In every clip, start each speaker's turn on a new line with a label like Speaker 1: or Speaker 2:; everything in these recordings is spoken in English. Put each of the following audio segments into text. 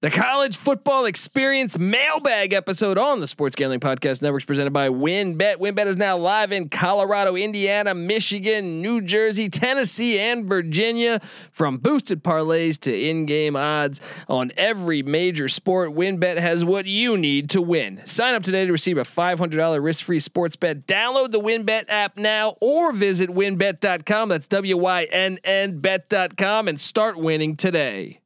Speaker 1: The college football experience mailbag episode on the Sports Gambling Podcast Network is presented by WinBet. WinBet is now live in Colorado, Indiana, Michigan, New Jersey, Tennessee, and Virginia. From boosted parlays to in game odds on every major sport, WinBet has what you need to win. Sign up today to receive a $500 risk free sports bet. Download the WinBet app now or visit winbet.com. That's W Y N N bet.com and start winning today.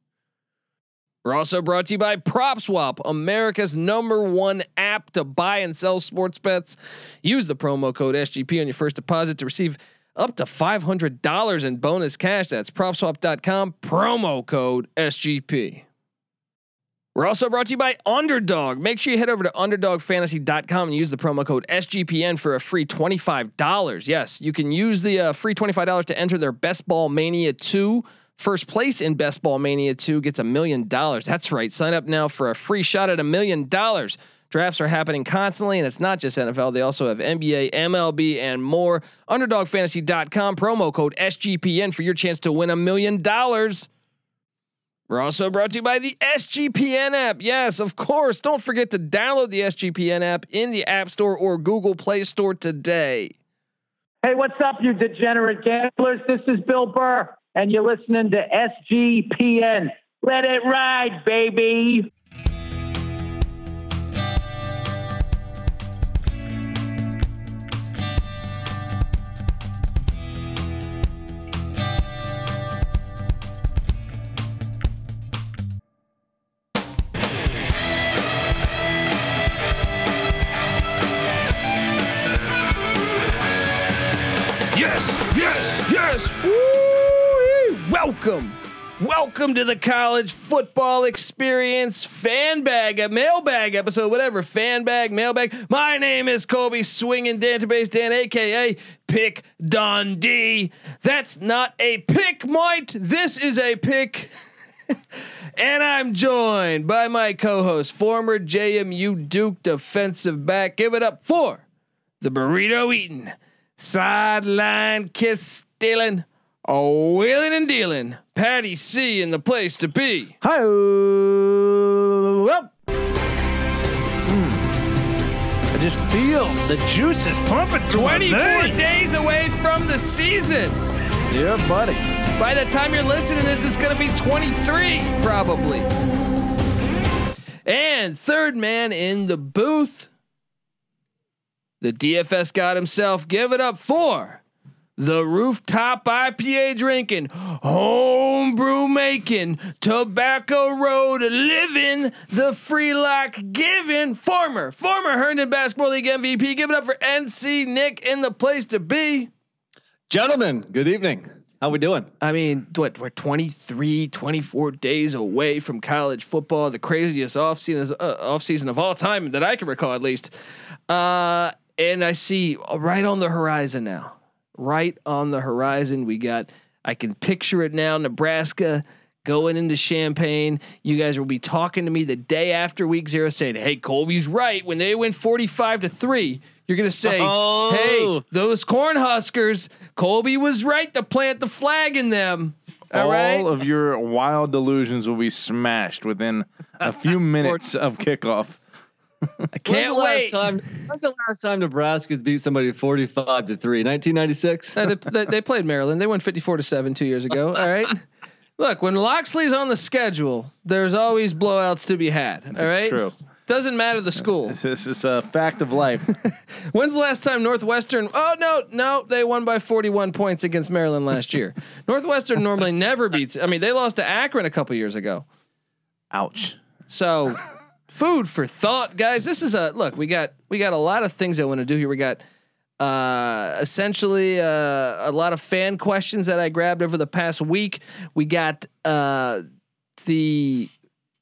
Speaker 1: We're also brought to you by PropSwap, America's number one app to buy and sell sports bets. Use the promo code SGP on your first deposit to receive up to $500 in bonus cash. That's propswap.com, promo code SGP. We're also brought to you by Underdog. Make sure you head over to underdogfantasy.com and use the promo code SGPN for a free $25. Yes, you can use the uh, free $25 to enter their Best Ball Mania 2. First place in Best Ball Mania 2 gets a million dollars. That's right. Sign up now for a free shot at a million dollars. Drafts are happening constantly, and it's not just NFL. They also have NBA, MLB, and more. UnderdogFantasy.com, promo code SGPN for your chance to win a million dollars. We're also brought to you by the SGPN app. Yes, of course. Don't forget to download the SGPN app in the App Store or Google Play Store today.
Speaker 2: Hey, what's up, you degenerate gamblers? This is Bill Burr and you're listening to SGPN. Let it ride, baby.
Speaker 1: Yes, yes, yes. Woo-wee. Welcome. Welcome to the college football experience fan bag, a mailbag episode, whatever, fan bag, mailbag. My name is Colby Swinging Database Dan, aka Pick Don D. That's not a pick, might. This is a pick. And I'm joined by my co host, former JMU Duke defensive back. Give it up for the burrito eating, sideline kiss stealing, oh wheeling and dealing. Patty C in the place to be.
Speaker 3: Hi. I just feel the juice is pumping to my
Speaker 1: 24
Speaker 3: veins.
Speaker 1: days away from the season.
Speaker 3: Yeah, buddy.
Speaker 1: By the time you're listening, this is going to be 23, probably. And third man in the booth, the DFS god himself. Give it up for the rooftop IPA drinking, homebrew making, tobacco road living, the free lock giving, former, former Herndon Basketball League MVP. Give it up for NC Nick in the place to be.
Speaker 4: Gentlemen, good evening. How we doing?
Speaker 1: I mean, what we're 23, 24 days away from college football, the craziest offseason uh, offseason of all time that I can recall at least. Uh, and I see right on the horizon now. Right on the horizon, we got I can picture it now, Nebraska going into Champaign. You guys will be talking to me the day after week 0 saying, "Hey, Colby's right when they win 45 to 3." You're going to say, "Hey,
Speaker 4: Oh.
Speaker 1: those Cornhuskers, Colby was right to plant the flag in them. All
Speaker 3: All
Speaker 1: right.
Speaker 3: of your wild delusions will be smashed within a few minutes of kickoff.
Speaker 1: I can't
Speaker 4: when's the
Speaker 1: wait.
Speaker 4: Last time, when's the last time Nebraska's beat somebody 45 to 3? 1996?
Speaker 1: No, Uh, they, they- they played Maryland. They won 54 to 7 two years ago. All right. Look, when Loxley's on the schedule, there's always blowouts to be had. All right.
Speaker 3: true.
Speaker 1: Doesn't matter the school.
Speaker 3: This is, this is a fact of life.
Speaker 1: When's the last time Northwestern? Oh no, no, they won by 41 points against Maryland last year. Northwestern normally never beats. I mean, they lost to Akron a couple years ago.
Speaker 3: Ouch.
Speaker 1: So, food for thought, guys. This is a look. We got we got a lot of things I want to do here. We got uh, essentially uh, a lot of fan questions that I grabbed over the past week. We got uh, the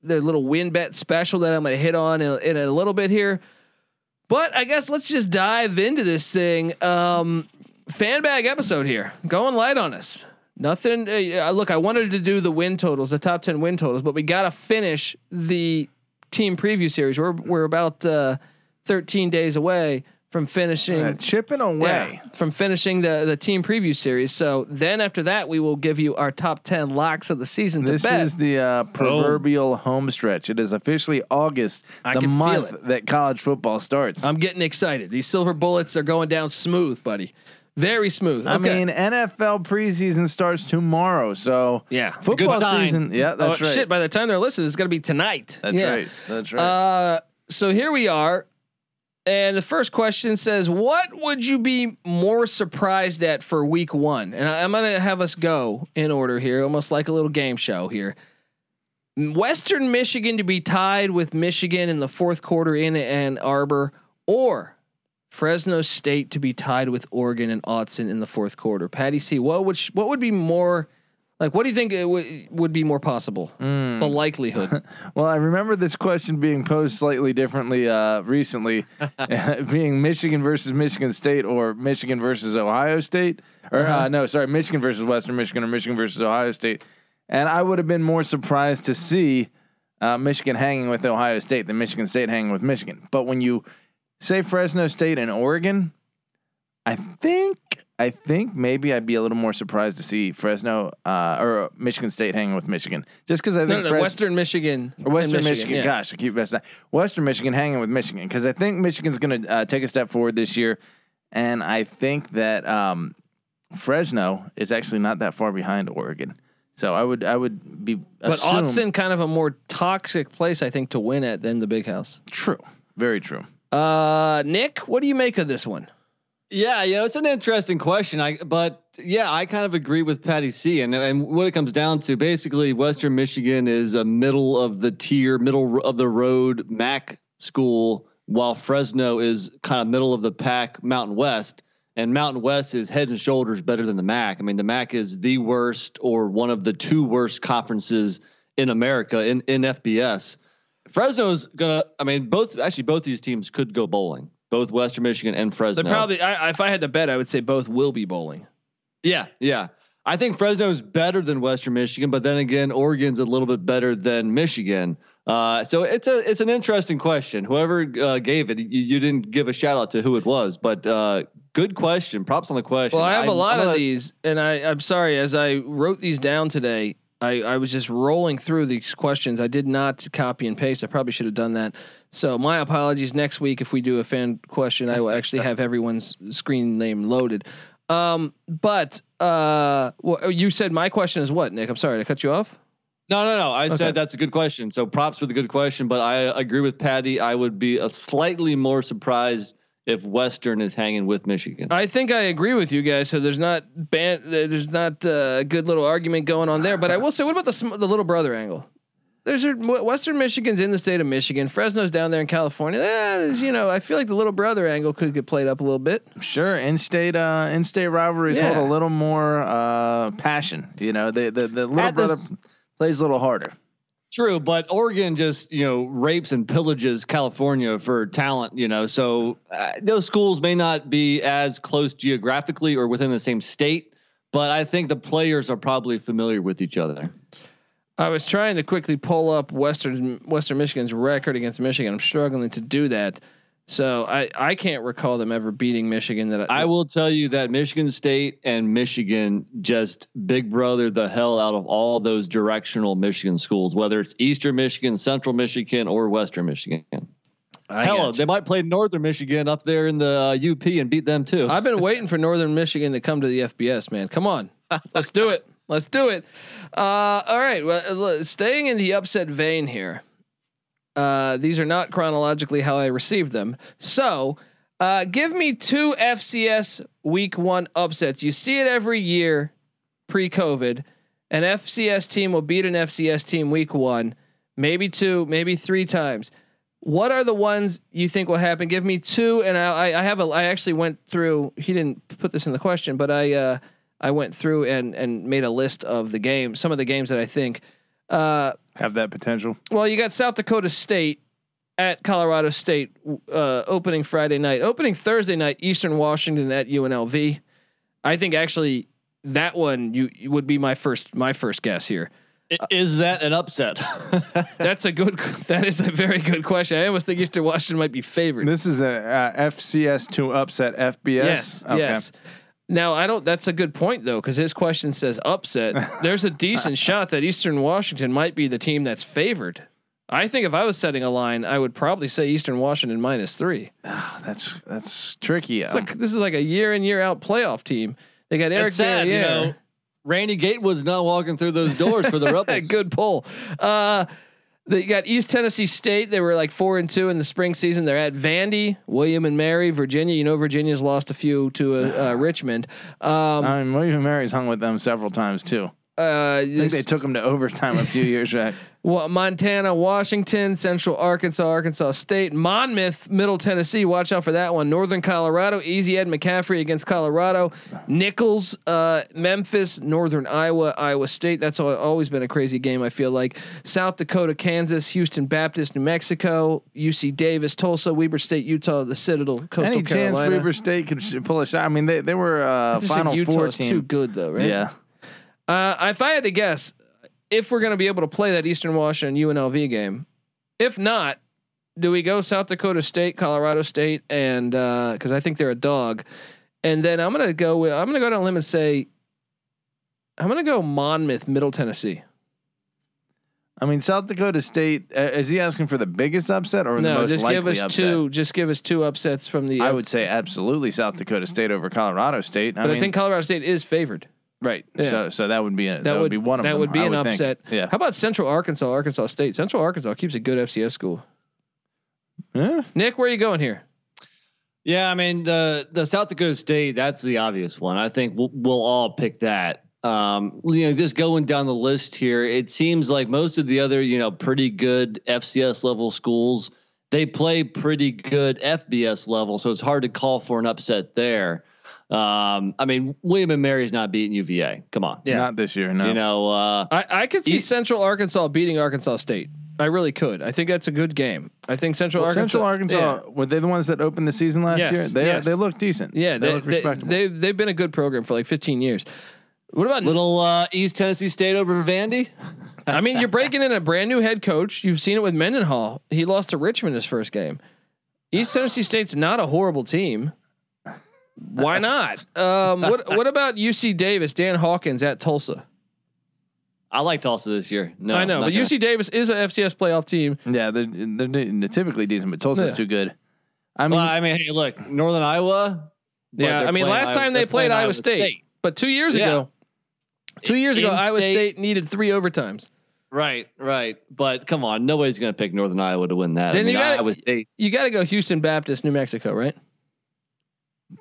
Speaker 1: the little win bet special that I'm going to hit on in, in a little bit here. But I guess let's just dive into this thing. Um, fan bag episode here, going light on us. Nothing. Uh, look, I wanted to do the win totals, the top ten win totals, but we got to finish the team preview series. We're we're about uh, thirteen days away from finishing
Speaker 3: Uh, chipping away.
Speaker 1: Yeah, from finishing the the team preview series. So then after that, we will give you our top ten locks of the season to Oh.
Speaker 3: This
Speaker 1: bet.
Speaker 3: is the uh, proverbial home stretch. It is officially August,
Speaker 1: I
Speaker 3: the
Speaker 1: can feel
Speaker 3: month
Speaker 1: it.
Speaker 3: that college football starts.
Speaker 1: I'm getting excited. These silver bullets are going down smooth, buddy. Very smooth.
Speaker 3: I
Speaker 1: Okay.
Speaker 3: mean, NFL preseason starts tomorrow, so
Speaker 1: Yeah. It's a
Speaker 4: good
Speaker 3: football
Speaker 4: sign.
Speaker 3: season. Yeah,
Speaker 1: oh,
Speaker 3: that's right.
Speaker 1: shit! By the time they're listening, it's gonna be tonight.
Speaker 3: that's
Speaker 1: Yeah.
Speaker 3: right. That's right.
Speaker 1: Uh, so here we are. And the first question says, "What would you be more surprised at for Week One?" And I, I'm gonna have us go in order here, almost like a little game show here. Western Michigan to be tied with Michigan in the fourth quarter in Ann Arbor, or Fresno State to be tied with Oregon and Autzen in the fourth quarter. Patty C, what would sh- what would be more like? What do you think it would would be more possible?
Speaker 3: Hmm.
Speaker 1: The likelihood.
Speaker 3: Well, I remember this question being posed slightly differently uh, recently, being Michigan versus Michigan State or Michigan versus Ohio State, or
Speaker 1: Uh-huh.
Speaker 3: uh, no, sorry, Michigan versus Western Michigan or Michigan versus Ohio State. And I would have been more surprised to see uh, Michigan hanging with Ohio State than Michigan State hanging with Michigan. But when you say Fresno State and Oregon, I think I think maybe I'd be a little more surprised to see Fresno uh, or Michigan State hanging with Michigan, just because I
Speaker 1: No,
Speaker 3: think
Speaker 1: no, no,
Speaker 3: Fres-
Speaker 1: Western Michigan.
Speaker 3: or Western
Speaker 1: and
Speaker 3: Michigan.
Speaker 1: yeah.
Speaker 3: Gosh, I keep messing that. Western Michigan hanging with Michigan because I think Michigan's going to uh, take a step forward this year, and I think that um, Fresno is actually not that far behind Oregon. So I would I would be
Speaker 1: But
Speaker 3: assume-
Speaker 1: Autzen, kind of a more toxic place, I think, to win at than the Big House.
Speaker 3: true very true.
Speaker 1: Uh, Nick, what do you make of this one?
Speaker 4: Yeah, you know, it's an interesting question. I but yeah, I kind of agree with Patty C. And and what it comes down to, basically, Western Michigan is a middle of the tier, middle of the road MAC school, while Fresno is kind of middle of the pack Mountain West. And Mountain West is head and shoulders better than the MAC. I mean, the MAC is the worst or one of the two worst conferences in America in in FBS. Fresno's gonna. I mean, both actually both these teams could go bowling. Both Western Michigan and Fresno.
Speaker 1: They're probably. I, I- if I had to bet, I would say both will be bowling.
Speaker 4: Yeah, yeah. I think Fresno is better than Western Michigan, but then again, Oregon's a little bit better than Michigan. Uh, so it's a it's an interesting question. Whoever uh, gave it, you, you didn't give a shout out to who it was, but uh, good question. Props on the question.
Speaker 1: Well, I have a
Speaker 4: I'm-
Speaker 1: lot
Speaker 4: I'm
Speaker 1: of
Speaker 4: gonna-
Speaker 1: these, and I, I'm sorry. As I wrote these down today, I, I was just rolling through these questions. I did not copy and paste. I probably should have done that. So my apologies. Next week, if we do a fan question, I will actually have everyone's screen name loaded. Um, but uh, wha- you said my question is what, Nick? I'm sorry to cut you off.
Speaker 4: No, no, no. I
Speaker 1: Okay.
Speaker 4: said that's a good question. So props for the good question, but I agree with Patty. I would be a slightly more surprised if Western is hanging with Michigan.
Speaker 1: I think I agree with you guys. So there's not ban- there's not uh, a good little argument going on there. But I will say, what about the sm- the little brother angle? There's a, Western Michigan's in the state of Michigan. Fresno's down there in California. Eh, there's, you know, I feel like the little brother angle could get played up a little bit.
Speaker 3: Sure, in-state uh, in-state rivalries
Speaker 1: Yeah.
Speaker 3: hold a little more uh, passion. You know, the the, the little
Speaker 4: At
Speaker 3: brother
Speaker 4: this-
Speaker 3: plays a little harder.
Speaker 4: True, but Oregon just you know rapes and pillages California for talent. You know, so uh, those schools may not be as close geographically or within the same state, but I think the players are probably familiar with each other.
Speaker 1: I was trying to quickly pull up Western Western Michigan's record against Michigan. I'm struggling to do that. So I, I can't recall them ever beating Michigan. That
Speaker 4: I will tell you that Michigan State and Michigan just big brother the hell out of all those directional Michigan schools, whether it's Eastern Michigan, Central Michigan, or Western Michigan.
Speaker 1: I
Speaker 4: Hell,
Speaker 1: got you.
Speaker 4: they might play Northern Michigan up there in the uh, UP and beat them too.
Speaker 1: I've been waiting for Northern Michigan to come to the FBS, man. Come on, let's do it. Let's do it. Uh, all right. Well, uh, look, staying in the upset vein here. Uh, these are not chronologically how I received them. So, uh, give me two FCS Week One upsets. You see it every year, pre-COVID. An FCS team will beat an FCS team Week One, maybe two, maybe three times what are the ones you think will happen? Give me two, and I, I- I have a. I actually went through. He didn't put this in the question, but I uh, I went through and and made a list of the games. Some of the games that I think. Uh,
Speaker 3: Have that potential.
Speaker 1: well, you got South Dakota State at Colorado State uh, opening Friday night. Opening Thursday night, Eastern Washington at UNLV. I think actually that one you you would be my first my first guess here.
Speaker 4: I- Is that an upset?
Speaker 1: That's a good. That is a very good question. I almost think Eastern Washington might be favored.
Speaker 3: This is a uh, FCS to upset FBS.
Speaker 1: Yes.
Speaker 3: Okay.
Speaker 1: Yes. Now I don't. That's a good point though, because his question says upset. There's a decent shot that Eastern Washington might be the team that's favored. I think if I was setting a line, I would probably say Eastern Washington minus three.
Speaker 3: Ah, that's that's tricky.
Speaker 1: It's
Speaker 3: Um,
Speaker 1: like this is like a year in year out playoff team. They got Eric
Speaker 4: It's sad, you
Speaker 1: Barriere.
Speaker 4: know. Randy Gatewood's not walking through those doors for the Rebels.
Speaker 1: Good pull. Uh, they got East Tennessee State. They were like four and two in the spring season. They're at Vandy, William and Mary, Virginia. You know Virginia's lost a few to uh, uh, Richmond. Um,
Speaker 3: I mean, William Mary's hung with them several times too.
Speaker 1: uh,
Speaker 3: I think they took him to overtime a few years back.
Speaker 1: Wa- Montana, Washington, Central Arkansas, Arkansas State, Monmouth, Middle Tennessee. Watch out for that one. Northern Colorado, Easy Ed McCaffrey against Colorado, Nichols, uh, Memphis, Northern Iowa, Iowa State. That's al- always been a crazy game. I feel like South Dakota, Kansas, Houston Baptist, New Mexico, UC Davis, Tulsa, Weber State, Utah, the Citadel, Coastal
Speaker 3: Any chance
Speaker 1: Carolina.
Speaker 3: Weber State could sh- pull a shot? I mean, they they were
Speaker 1: I
Speaker 3: uh,
Speaker 1: just think
Speaker 3: Final
Speaker 1: Utah
Speaker 3: Four
Speaker 1: is too
Speaker 3: team.
Speaker 1: good though, right?
Speaker 3: Yeah,
Speaker 1: Uh, if I had to guess, if we're going to be able to play that Eastern Washington UNLV game, if not, do we go South Dakota State, Colorado State, and because I think they're a dog, and then I'm going to go with I'm going to go down a limb and say I'm going to go Monmouth, Middle Tennessee.
Speaker 3: I mean, South Dakota State. Uh, is he asking for the biggest upset or the
Speaker 1: no,
Speaker 3: most
Speaker 1: just
Speaker 3: likely
Speaker 1: give us
Speaker 3: upset?
Speaker 1: two. Just give us two upsets from the.
Speaker 3: I would say absolutely South Dakota State over Colorado State. I
Speaker 1: but I,
Speaker 3: mean,
Speaker 1: think Colorado State is favored.
Speaker 3: right.
Speaker 1: yeah.
Speaker 3: So so that would be a, that, would, be one of
Speaker 1: that
Speaker 3: them.
Speaker 1: would be
Speaker 3: I
Speaker 1: an
Speaker 3: think.
Speaker 1: upset.
Speaker 3: Yeah.
Speaker 1: How about Central Arkansas, Arkansas State? Central Arkansas keeps a good FCS school.
Speaker 3: Yeah.
Speaker 1: Nick, where are you going here?
Speaker 4: Yeah, I mean the the South Dakota State that's the obvious one. I think we'll, we'll all pick that. Um, you know, just going down the list here, it seems like most of the other you know pretty good FCS level schools they play pretty good FBS level, so it's hard to call for an upset there. Um, I mean, William and Mary's not beating UVA. Come on,
Speaker 1: Yeah.
Speaker 3: Not this year. No.
Speaker 4: you know. Uh,
Speaker 1: I, I could see
Speaker 4: E-
Speaker 1: Central Arkansas beating Arkansas State. I really could. I think that's a good game. I think Central
Speaker 3: Well,
Speaker 1: Arkansas.
Speaker 3: Central Arkansas were they the ones that opened the season last
Speaker 1: Yes,
Speaker 3: year? They
Speaker 1: yes.
Speaker 3: they look decent.
Speaker 1: Yeah, yeah
Speaker 3: they,
Speaker 1: they,
Speaker 3: look
Speaker 1: they,
Speaker 3: respectable.
Speaker 1: they, have been a good program for like 15 years. What about?
Speaker 4: little uh, East Tennessee State over Vandy.
Speaker 1: I mean, you're breaking in a brand new head coach. You've seen it with Mendenhall. He lost to Richmond his first game. East Tennessee State's not a horrible team. Why not? Um, what What about UC Davis? Dan Hawkins at Tulsa.
Speaker 4: I liked Tulsa this year. No,
Speaker 1: I know,
Speaker 4: not
Speaker 1: but
Speaker 4: gonna-
Speaker 1: UC Davis is a FCS playoff team.
Speaker 3: yeah, they're, they're de- typically decent, but Tulsa's
Speaker 1: Yeah.
Speaker 3: too good. I mean,
Speaker 4: well, I mean, hey, look, Northern Iowa. but
Speaker 1: Yeah,
Speaker 4: they're
Speaker 1: I mean,
Speaker 4: playing
Speaker 1: last
Speaker 4: Iowa-
Speaker 1: time they
Speaker 4: they're playing
Speaker 1: played Iowa State, but two years
Speaker 4: Yeah.
Speaker 1: ago, two years ago,
Speaker 4: In-state-
Speaker 1: Iowa State needed three overtimes.
Speaker 4: Right, right. But come on, nobody's going to pick Northern Iowa to win that.
Speaker 1: Then
Speaker 4: I mean,
Speaker 1: you gotta-
Speaker 4: Iowa State.
Speaker 1: You got to go Houston Baptist, New Mexico, right?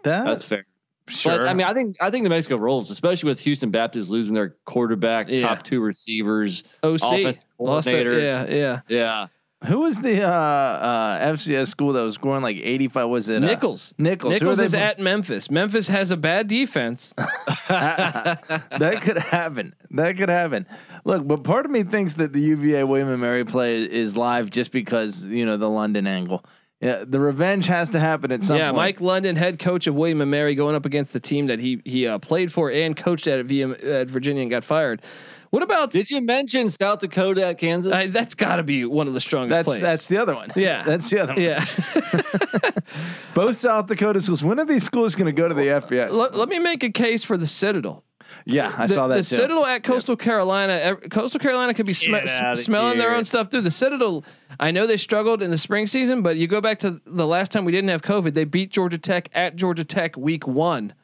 Speaker 3: that,
Speaker 4: That's fair.
Speaker 3: sure.
Speaker 4: But I mean, I think I think New Mexico rolls, especially with Houston Baptist losing their quarterback,
Speaker 1: Yeah.
Speaker 4: top two receivers.
Speaker 1: OC
Speaker 4: Offensive
Speaker 1: lost that.
Speaker 4: coordinator.
Speaker 1: Yeah, yeah.
Speaker 4: Yeah,
Speaker 3: who was the uh, uh, FCS school that was scoring like eighty five? Was it uh,
Speaker 1: Nichols.
Speaker 3: Nichols. Who are
Speaker 1: Nichols
Speaker 3: they
Speaker 1: is
Speaker 3: playing?
Speaker 1: at Memphis. Memphis has a bad defense.
Speaker 3: that could happen. That could happen. Look, but part of me thinks that the UVA William and Mary play is live just because you know the London angle. Yeah, the revenge has to happen at some
Speaker 1: yeah,
Speaker 3: point.
Speaker 1: Mike London, head coach of William and Mary, going up against the team that he he uh, played for and coached at at, VM, at Virginia and got fired. What about?
Speaker 4: did you mention South Dakota at Kansas?
Speaker 1: I, that's got to be one of the strongest
Speaker 3: That's
Speaker 1: plays.
Speaker 3: that's the other one.
Speaker 1: Yeah.
Speaker 3: that's the other one.
Speaker 1: yeah.
Speaker 3: Both South Dakota schools. When are these schools going to go to the FBS?
Speaker 1: let, let me make a case for the Citadel.
Speaker 3: yeah, I
Speaker 1: the,
Speaker 3: saw that.
Speaker 1: the
Speaker 3: too.
Speaker 1: Citadel at Coastal Carolina. ev- Coastal Carolina could be sm-
Speaker 4: Get
Speaker 1: s-
Speaker 4: outta
Speaker 1: smelling their
Speaker 4: here.
Speaker 1: own stuff through the Citadel. I know they struggled in the spring season, but you go back to the last time we didn't have COVID. They beat Georgia Tech at Georgia Tech week one.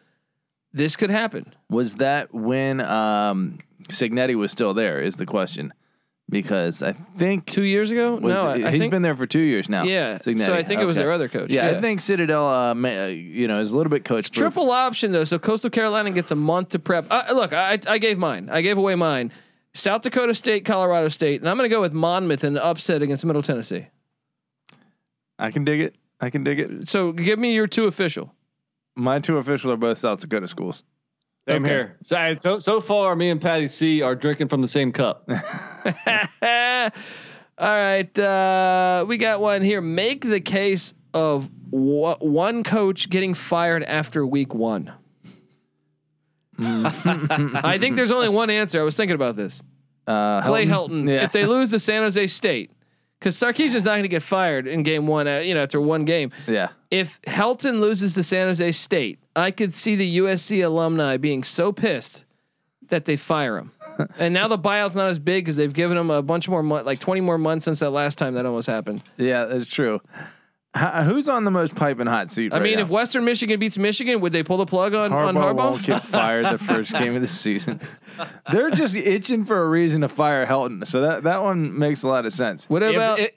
Speaker 1: This could happen.
Speaker 3: Was that when um, Signetti was still there? Is the question because I think
Speaker 1: Two years ago?
Speaker 3: was,
Speaker 1: no, I,
Speaker 3: he's
Speaker 1: I think
Speaker 3: been there for two years now.
Speaker 1: yeah.
Speaker 3: Signetti.
Speaker 1: So I think it was
Speaker 3: Okay.
Speaker 1: their other coach.
Speaker 3: Yeah, I think Citadel, uh, may, uh, you know, is a little bit coach. proof.
Speaker 1: triple option though. So Coastal Carolina gets a month to prep. Uh, look, I, I gave mine. I gave away mine. South Dakota State, Colorado State, and I'm going to go with Monmouth in an upset against Middle Tennessee.
Speaker 3: I can dig it. I can dig it.
Speaker 1: So give me your two official.
Speaker 3: My two officials are both South Dakota schools.
Speaker 4: Same
Speaker 1: okay.
Speaker 4: here. So, I- so so far, me and Patty C are drinking from the same cup.
Speaker 1: All right, uh, we got one here. Make the case of wh- one coach getting fired after week one. I think there's only one answer. I was thinking about this.
Speaker 3: Mm. Uh,
Speaker 1: Clay Helton.
Speaker 3: Yeah.
Speaker 1: If they lose to San Jose State, because Sarkeesian's not going to get fired in game one, uh, you know, after one game.
Speaker 3: yeah.
Speaker 1: If Helton loses to San Jose State, I could see the USC alumni being so pissed that they fire him. and now the buyout's not as big because they've given him a bunch more, mon- like twenty more months since that last time that almost happened.
Speaker 3: Yeah, that's true. H- who's on the most pipe and hot seat?
Speaker 1: I
Speaker 3: right
Speaker 1: mean,
Speaker 3: now?
Speaker 1: if Western Michigan beats Michigan, would they pull the plug on on
Speaker 3: won't
Speaker 1: Harbaugh?
Speaker 3: get fired the first game of the season. They're just itching for a reason to fire Helton, so that that one makes a lot of sense.
Speaker 1: What about?
Speaker 4: if, it-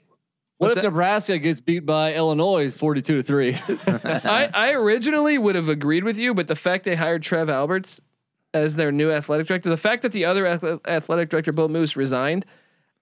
Speaker 4: what
Speaker 1: What's
Speaker 4: if
Speaker 1: that?
Speaker 4: Nebraska gets beat by Illinois 42 to 3?
Speaker 1: I, I originally would have agreed with you, but the fact they hired Trev Alberts as their new athletic director, the fact that the other ath- athletic director, Bill Moose, resigned,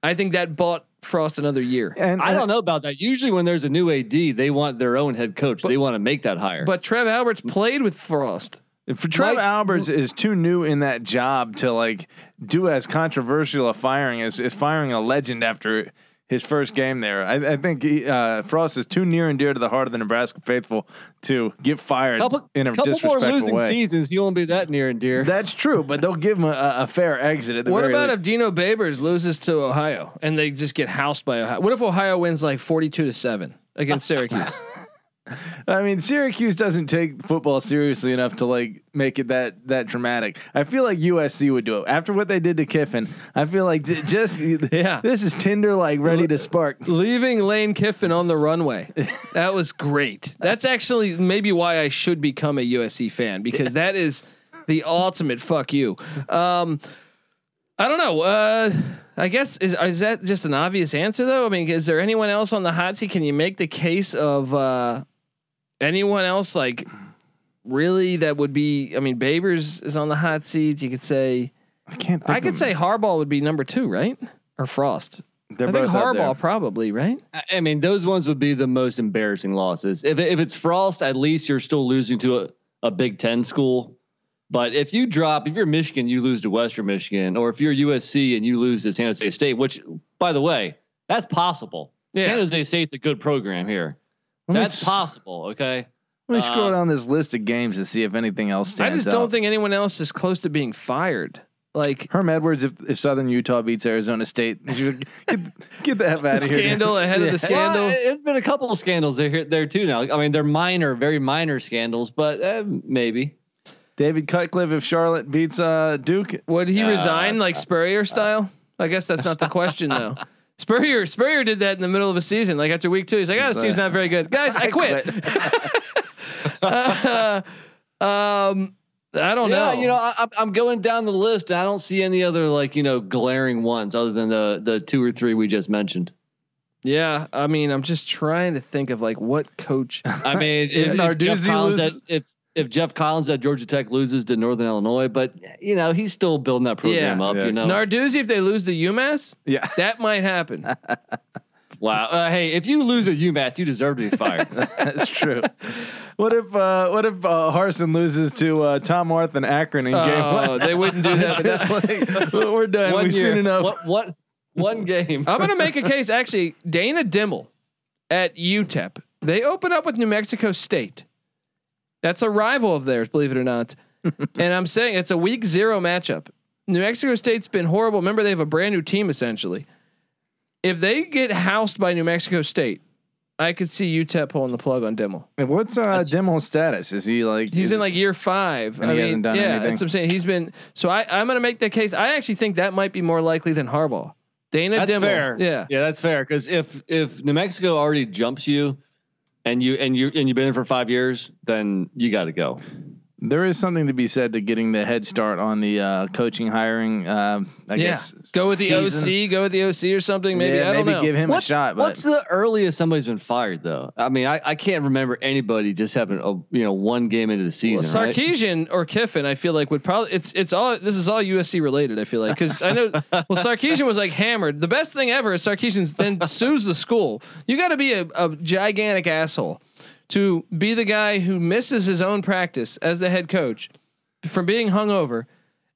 Speaker 1: I think that bought Frost another year.
Speaker 3: And
Speaker 4: I don't know about that. Usually, when there's a new AD, they want their own head coach. they want to make that hire.
Speaker 1: But Trev Alberts played with Frost.
Speaker 3: For Trev
Speaker 4: Mike-
Speaker 3: Alberts is too new in that job to like do as controversial a firing as is firing a legend after his first game there. I, I think he, uh, Frost is too near and dear to the heart of the Nebraska faithful to get fired
Speaker 4: couple,
Speaker 3: in a
Speaker 4: couple more
Speaker 3: disrespectful
Speaker 4: losing
Speaker 3: way.
Speaker 4: seasons, he won't be that near and dear.
Speaker 3: That's true, but they'll give him a, a fair exit at the
Speaker 1: What
Speaker 3: very
Speaker 1: about
Speaker 3: least.
Speaker 1: if Dino Babers loses to Ohio and they just get housed by Ohio? What if Ohio wins like 42 to 7 against Syracuse?
Speaker 3: I mean, Syracuse doesn't take football seriously enough to like make it that that dramatic. I feel like USC would do it after what they did to Kiffin. I feel like j- just
Speaker 1: Yeah.
Speaker 3: this is Tinder like ready to spark.
Speaker 1: Leaving Lane Kiffin on the runway. That was great. That's actually maybe why I should become a USC fan because that is the ultimate fuck you. Um, I don't know. Uh, I guess is is that just an obvious answer though? I mean, is there anyone else on the hot seat? Can you make the case of uh, anyone else like really that would be? I mean, Babers is on the hot seat. You could say
Speaker 3: I can't. Think
Speaker 1: I could
Speaker 3: of-
Speaker 1: say Harbaugh would be number two, right? Or Frost.
Speaker 3: They're
Speaker 1: I think
Speaker 3: both out there.
Speaker 1: Harbaugh probably right.
Speaker 4: I- I mean, those ones would be the most embarrassing losses. If if it's Frost, at least you're still losing to a, a Big Ten school. But if you drop, if you're Michigan, you lose to Western Michigan, or if you're USC and you lose to San Jose State, which, by the way, that's possible. San Jose State's a good program here.
Speaker 3: Let me
Speaker 4: that's
Speaker 3: s-
Speaker 4: possible. Okay.
Speaker 3: Let me scroll
Speaker 4: Uh,
Speaker 3: down this list of games to see if anything else
Speaker 1: I
Speaker 3: stands out.
Speaker 1: just don't think anyone else is close to being fired. Like
Speaker 3: Herm Edwards, if, if Southern Utah beats Arizona State, you- get, get the F out
Speaker 1: the
Speaker 3: of here.
Speaker 1: scandal ahead of
Speaker 3: Yeah.
Speaker 1: the scandal.
Speaker 4: Well, there's been a couple of scandals there there too now. I mean, they're minor, very minor scandals, but uh, maybe.
Speaker 3: David Cutcliffe, if Charlotte beats uh, Duke,
Speaker 1: Would he
Speaker 4: Uh,
Speaker 1: resign like Spurrier style? I guess that's not the question though. Spurrier Spurrier did that in the middle of a season. Like after week two, he's like, "Oh, this
Speaker 3: He's
Speaker 1: team's
Speaker 3: like,
Speaker 1: not very good, guys. I,
Speaker 3: I
Speaker 1: quit." Uh, um, I don't know.
Speaker 4: yeah, you know, I, I'm- I'm going down the list. And I don't see any other like you know glaring ones other than the the two or three we just mentioned.
Speaker 1: yeah, I mean, I'm just trying to think of like what coach.
Speaker 4: I mean, if, if Jeff
Speaker 3: Narduzzi
Speaker 4: Collins at,
Speaker 3: loses-
Speaker 4: if if Jeff Collins at Georgia Tech loses to Northern Illinois, but you know he's still building that program
Speaker 1: Yeah.
Speaker 4: up.
Speaker 3: Yeah.
Speaker 4: You know,
Speaker 1: Narduzzi, if they lose to UMass,
Speaker 3: yeah.
Speaker 1: that might happen.
Speaker 4: wow. Uh, hey, if you lose at UMass, you deserve to be fired.
Speaker 3: That's true. what if uh, what if uh, Harson loses to uh, Tom Arth and Akron in game
Speaker 1: Oh,
Speaker 3: one?
Speaker 1: they wouldn't do that. but that's-
Speaker 3: Just like, we're done.
Speaker 4: one
Speaker 3: We've
Speaker 4: year,
Speaker 3: seen enough.
Speaker 4: What, what one game?
Speaker 1: I'm gonna make a case. Actually, Dana Dimmel at UTEP. They open up with New Mexico State. That's a rival of theirs, believe it or not. and I'm saying it's a week zero matchup. New Mexico State's been horrible. Remember, they have a brand new team essentially. If they get housed by New Mexico State, I could see UTEP pulling the plug on Dimmel.
Speaker 3: And What's uh, Dimmel's status? Is he like?
Speaker 1: He's
Speaker 3: is-
Speaker 1: in like year five.
Speaker 3: And
Speaker 1: I
Speaker 3: he
Speaker 1: mean,
Speaker 3: hasn't done
Speaker 1: yeah,
Speaker 3: anything.
Speaker 1: that's what I'm saying. He's been so I, I'm gonna make that case. I actually think that might be more likely than Harbaugh. Dana
Speaker 4: That's
Speaker 1: Dimmel.
Speaker 4: fair.
Speaker 1: Yeah.
Speaker 4: yeah, that's fair. Because if if New Mexico already jumps you, and you and you and you've been in for five years, then you got to go.
Speaker 3: There is something to be said to getting the head start on the uh, coaching hiring. Uh, I
Speaker 1: Yeah.
Speaker 3: guess
Speaker 1: Go with the
Speaker 3: season.
Speaker 1: OC. Go with the OC or something. Maybe
Speaker 3: Yeah,
Speaker 1: I don't
Speaker 3: maybe
Speaker 1: know.
Speaker 3: give him
Speaker 4: What's-
Speaker 3: a shot. But
Speaker 4: What's the earliest somebody's been fired though? I mean, I, I can't remember anybody just having a you know one game into the
Speaker 1: Well,
Speaker 4: season. right?
Speaker 1: Sarkeesian or Kiffin, I feel like would probably it's it's all this is all USC related. I feel like because I know well Sarkeesian was like hammered. The best thing ever is Sarkeesian then sues the school. You got to be a, a gigantic asshole to be the guy who misses his own practice as the head coach from being hungover,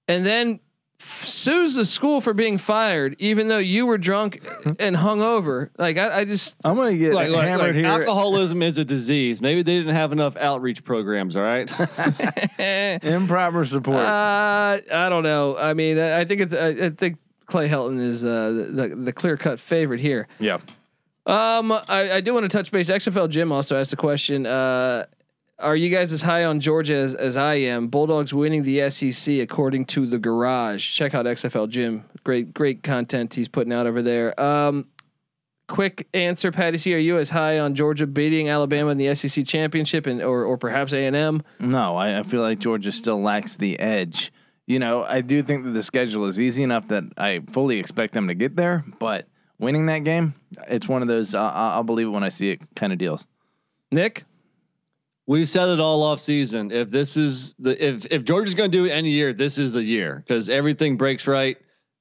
Speaker 1: and then f- sues the school for being fired, even though you were drunk and hungover. Like I, I just
Speaker 3: I'm gonna get
Speaker 4: Like, like,
Speaker 3: hammered
Speaker 4: like,
Speaker 3: here.
Speaker 4: alcoholism is a disease. Maybe they didn't have enough outreach programs. All right,
Speaker 1: eh.
Speaker 3: Improper support.
Speaker 1: Uh, I don't know. I mean, I I think it's, I, I think Clay Helton is uh, the the clear cut favorite here.
Speaker 3: Yeah.
Speaker 1: Um, I, I do want to touch base. XFL Jim also asked the question: uh, Are you guys as high on Georgia as, as I am? Bulldogs winning the SEC according to the Garage. Check out XFL Jim. Great, great content he's putting out over there. Um, quick answer, Patty C. Are you as high on Georgia beating Alabama in the SEC championship, and or or perhaps A and M?
Speaker 3: No, I, I feel like Georgia still lacks the edge. You know, I do think that the schedule is easy enough that I fully expect them to get there, but winning that game, it's one of those uh, I- I'll believe it when I see it kind of deals.
Speaker 1: Nick,
Speaker 4: We've said it all off season. If this is the if if Georgia's going to do it any year, this is the year because everything breaks right.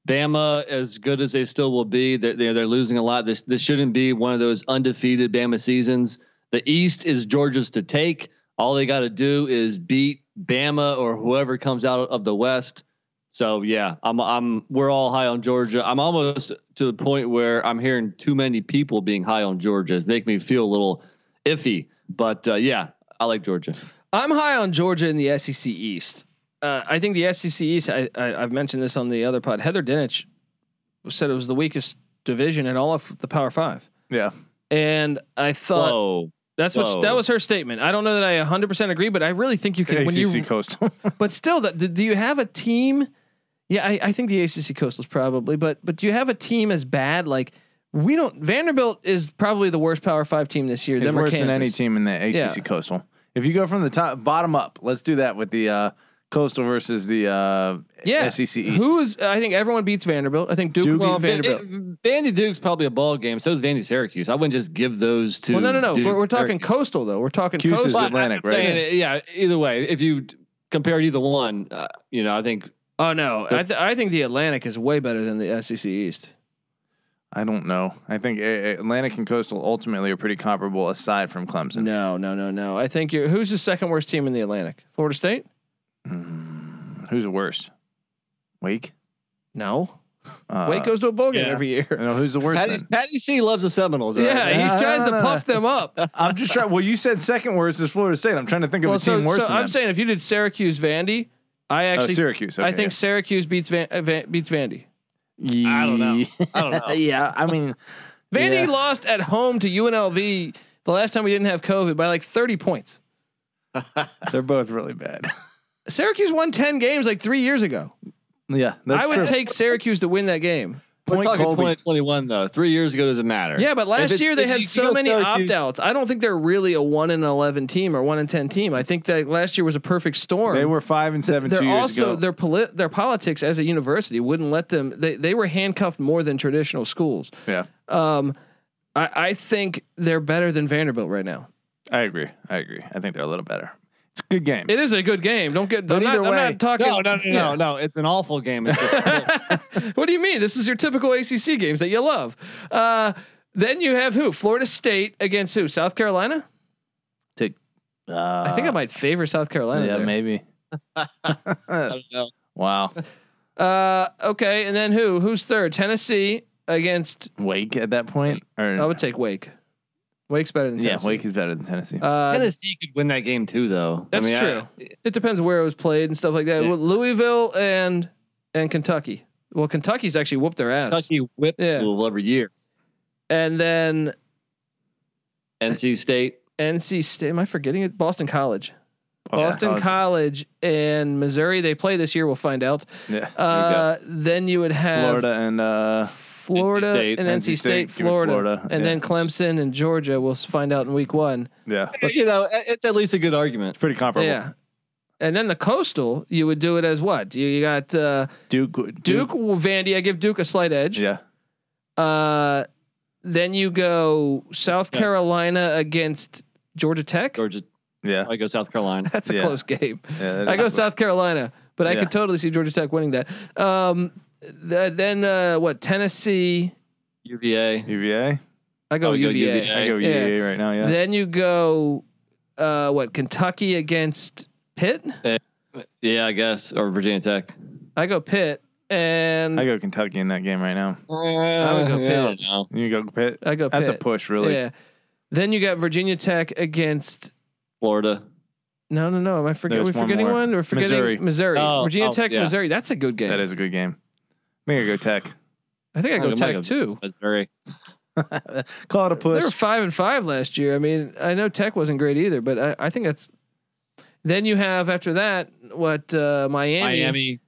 Speaker 4: Bama, as good as they still will be, they're they're, they're losing a lot. This this shouldn't be one of those undefeated Bama seasons. The East is Georgia's to take. All they got to do is beat Bama or whoever comes out of the West. So yeah, I'm I'm we're all high on Georgia. I'm almost to the point where I'm hearing too many people being high on Georgia. It's making me feel a little iffy. But uh, yeah, I like Georgia.
Speaker 1: I'm high on Georgia in the SEC East. Uh, I think the SEC East. I, I I've mentioned this on the other pod. Heather Dinich said it was the weakest division in all of the Power Five,
Speaker 3: Yeah.
Speaker 1: and I thought
Speaker 4: Whoa.
Speaker 1: that's what
Speaker 4: whoa.
Speaker 1: that was her statement. I don't know that I 100 percent agree, but I really think you can when
Speaker 3: ACC
Speaker 1: you.
Speaker 3: Coastal.
Speaker 1: But still, that do- do you have a team? Yeah, I, I think the ACC Coastal's probably, but but do you have a team as bad? Like we don't. Vanderbilt is probably the worst Power Five team this year.
Speaker 3: It's
Speaker 1: Them or
Speaker 3: worse than any
Speaker 1: Kansas.
Speaker 3: team in the ACC
Speaker 1: Yeah.
Speaker 3: Coastal. If you go from the top bottom up, let's do that with the uh, Coastal versus the uh,
Speaker 1: Yeah.
Speaker 3: SEC East.
Speaker 1: Who is? I think everyone beats Vanderbilt. I think Duke,
Speaker 3: Duke
Speaker 1: beat
Speaker 3: Well,
Speaker 1: Vanderbilt.
Speaker 4: Vandy Duke's probably a ball game. So is Vandy Syracuse. I wouldn't just give those to.
Speaker 1: Well, no, no, no.
Speaker 4: Duke
Speaker 1: We're, we're
Speaker 4: and
Speaker 1: talking
Speaker 4: Syracuse.
Speaker 1: coastal though. We're talking
Speaker 3: Cuse is
Speaker 1: coastal.
Speaker 3: the- Atlantic,
Speaker 4: I'm
Speaker 3: right?
Speaker 4: saying it- yeah. Either way, if you d- compare either one, uh, you know, I think
Speaker 1: Oh no, I, th- I think the Atlantic is way better than the SEC East.
Speaker 3: I don't know. I think A- A- Atlantic and Coastal ultimately are pretty comparable, aside from Clemson.
Speaker 1: No, no, no, no. I think you're. Who's the second worst team in the Atlantic? Florida State?
Speaker 3: Mm, who's the worst? Wake.
Speaker 1: No.
Speaker 3: Uh,
Speaker 1: Wake goes to a bowl game
Speaker 4: yeah.
Speaker 1: every year.
Speaker 3: No, who's the worst?
Speaker 4: Patty,
Speaker 3: then?
Speaker 4: Patty C loves the Seminoles. all
Speaker 1: Yeah,
Speaker 4: right?
Speaker 1: he
Speaker 3: No,
Speaker 1: tries
Speaker 3: no,
Speaker 1: to
Speaker 3: no,
Speaker 1: puff them up.
Speaker 3: I'm just trying. Well, you said second worst is Florida State. I'm trying to think of
Speaker 1: well,
Speaker 3: a team
Speaker 1: so,
Speaker 3: worse
Speaker 1: so
Speaker 3: than
Speaker 1: I'm
Speaker 3: them.
Speaker 1: saying if you did Syracuse Vandy, I
Speaker 3: Oh,
Speaker 1: actually
Speaker 3: Syracuse.
Speaker 1: I
Speaker 3: okay,
Speaker 1: think Syracuse beats Van, uh, Van, beats Vandy.
Speaker 3: yeah.
Speaker 4: I don't know. I don't know.
Speaker 3: yeah, I mean,
Speaker 1: Vandy
Speaker 3: Yeah.
Speaker 1: lost at home to UNLV the last time we didn't have COVID by like 30 points.
Speaker 3: they're both really bad.
Speaker 1: Syracuse won 10 games like three years ago.
Speaker 3: Yeah, that's
Speaker 1: I would
Speaker 3: true.
Speaker 1: take Syracuse to win that game.
Speaker 4: We're
Speaker 3: Point
Speaker 4: talking
Speaker 3: Colby.
Speaker 4: 2021 though. Three years ago doesn't matter.
Speaker 1: Yeah, but
Speaker 4: If
Speaker 1: last
Speaker 4: it's-
Speaker 1: year they
Speaker 4: if
Speaker 1: had
Speaker 4: you
Speaker 1: so
Speaker 4: feel
Speaker 1: many
Speaker 4: Syracuse-
Speaker 1: opt outs. I don't think they're really a one in eleven team or one in ten team. I think that last year was a perfect storm.
Speaker 3: They were five and seven
Speaker 1: They're
Speaker 3: two years
Speaker 1: also
Speaker 3: ago.
Speaker 1: their polit their politics as a university wouldn't let them. They they were handcuffed more than traditional schools.
Speaker 3: yeah,
Speaker 1: Um, I I think they're better than Vanderbilt right now.
Speaker 3: I agree. I agree. I think they're a little better. It's a good game.
Speaker 1: It is a good game. Don't get.
Speaker 3: But
Speaker 1: I'm not,
Speaker 3: either
Speaker 1: I'm
Speaker 3: way-
Speaker 1: not talking.
Speaker 4: No, no, no,
Speaker 1: yeah.
Speaker 4: no, no. It's an awful game. It's just-
Speaker 1: what do you mean? This is your typical ACC games that you love. Uh, then you have who? Florida State against who? South Carolina.
Speaker 3: Uh,
Speaker 1: I think I might favor South Carolina.
Speaker 3: Yeah,
Speaker 1: there.
Speaker 3: maybe.
Speaker 4: I don't know.
Speaker 3: Wow,
Speaker 1: Uh, okay, and then who? Who's third? Tennessee against.
Speaker 3: Wake at that point, or
Speaker 1: I would take Wake. Wake's better than
Speaker 3: yeah,
Speaker 1: Tennessee.
Speaker 3: Wake is better than Tennessee.
Speaker 1: Uh,
Speaker 4: Tennessee could win that game too, though.
Speaker 1: That's
Speaker 4: I-
Speaker 1: true. it depends where it was played and stuff like that.
Speaker 4: Yeah.
Speaker 1: Well, Louisville and and Kentucky. Well, Kentucky's actually whooped their ass.
Speaker 4: Kentucky whips
Speaker 1: Yeah.
Speaker 4: school every year.
Speaker 1: And then
Speaker 4: NC State.
Speaker 1: NC State. Am I forgetting it? Boston College.
Speaker 3: Okay.
Speaker 1: Boston College and Missouri. They play this year. We'll find out.
Speaker 3: yeah, there you go.
Speaker 1: Uh, then you would have
Speaker 3: Florida and uh,
Speaker 1: Florida
Speaker 4: NC State,
Speaker 1: and
Speaker 3: NC
Speaker 1: NC State,
Speaker 3: State, give it
Speaker 1: Florida,
Speaker 3: Florida,
Speaker 1: and
Speaker 3: yeah.
Speaker 1: then Clemson and Georgia. We'll s- find out in week one.
Speaker 3: yeah,
Speaker 4: you know, it- it's at least a good argument.
Speaker 3: it's pretty comparable.
Speaker 1: Yeah. And then the coastal, you would do it as what? You, you got uh,
Speaker 3: Duke,
Speaker 1: Duke, Vandy. I give Duke a slight edge.
Speaker 3: Yeah,
Speaker 1: Uh, then you go South
Speaker 4: Yeah.
Speaker 1: Carolina against Georgia Tech.
Speaker 4: Georgia,
Speaker 3: yeah,
Speaker 4: I go South Carolina.
Speaker 1: That's a
Speaker 3: Yeah.
Speaker 1: close game.
Speaker 3: yeah. that
Speaker 1: I
Speaker 3: is-
Speaker 1: go South Carolina, but I
Speaker 3: Yeah.
Speaker 1: could totally see Georgia Tech winning that. Um, th- then uh, what? Tennessee.
Speaker 4: UVA.
Speaker 3: UVA.
Speaker 1: I go
Speaker 4: I would go
Speaker 1: UVA.
Speaker 4: UVA.
Speaker 3: I Oh, go
Speaker 1: Yeah.
Speaker 3: UVA right now. Yeah,
Speaker 1: Then you go uh, what? Kentucky against Pitt.
Speaker 4: Yeah, I guess, or Virginia Tech.
Speaker 1: I go Pitt, and
Speaker 3: I go Kentucky in that game right now.
Speaker 4: Uh, I
Speaker 1: go Pitt.
Speaker 4: don't know.
Speaker 3: You go Pitt.
Speaker 1: I go Pitt.
Speaker 3: That's a push, really.
Speaker 1: Yeah. Then you got Virginia Tech against.
Speaker 4: Florida.
Speaker 1: No, no, no. Am I forget?
Speaker 3: There's
Speaker 1: we
Speaker 3: one
Speaker 1: forgetting
Speaker 3: more.
Speaker 1: one? We're forgetting Missouri.
Speaker 3: Missouri.
Speaker 1: Missouri.
Speaker 4: Oh,
Speaker 1: Virginia
Speaker 4: oh,
Speaker 1: Tech,
Speaker 4: yeah.
Speaker 1: Missouri. That's a good game.
Speaker 3: That is a good game. I think I go Tech.
Speaker 1: I think I
Speaker 4: I
Speaker 1: go
Speaker 4: might
Speaker 1: Tech
Speaker 4: have-
Speaker 1: too.
Speaker 4: Missouri.
Speaker 3: Call it
Speaker 1: They
Speaker 3: a push.
Speaker 1: were five and five last year. I mean, I know Tech wasn't great either, but I, I think that's. Then you have after that what uh, Miami,
Speaker 4: Miami,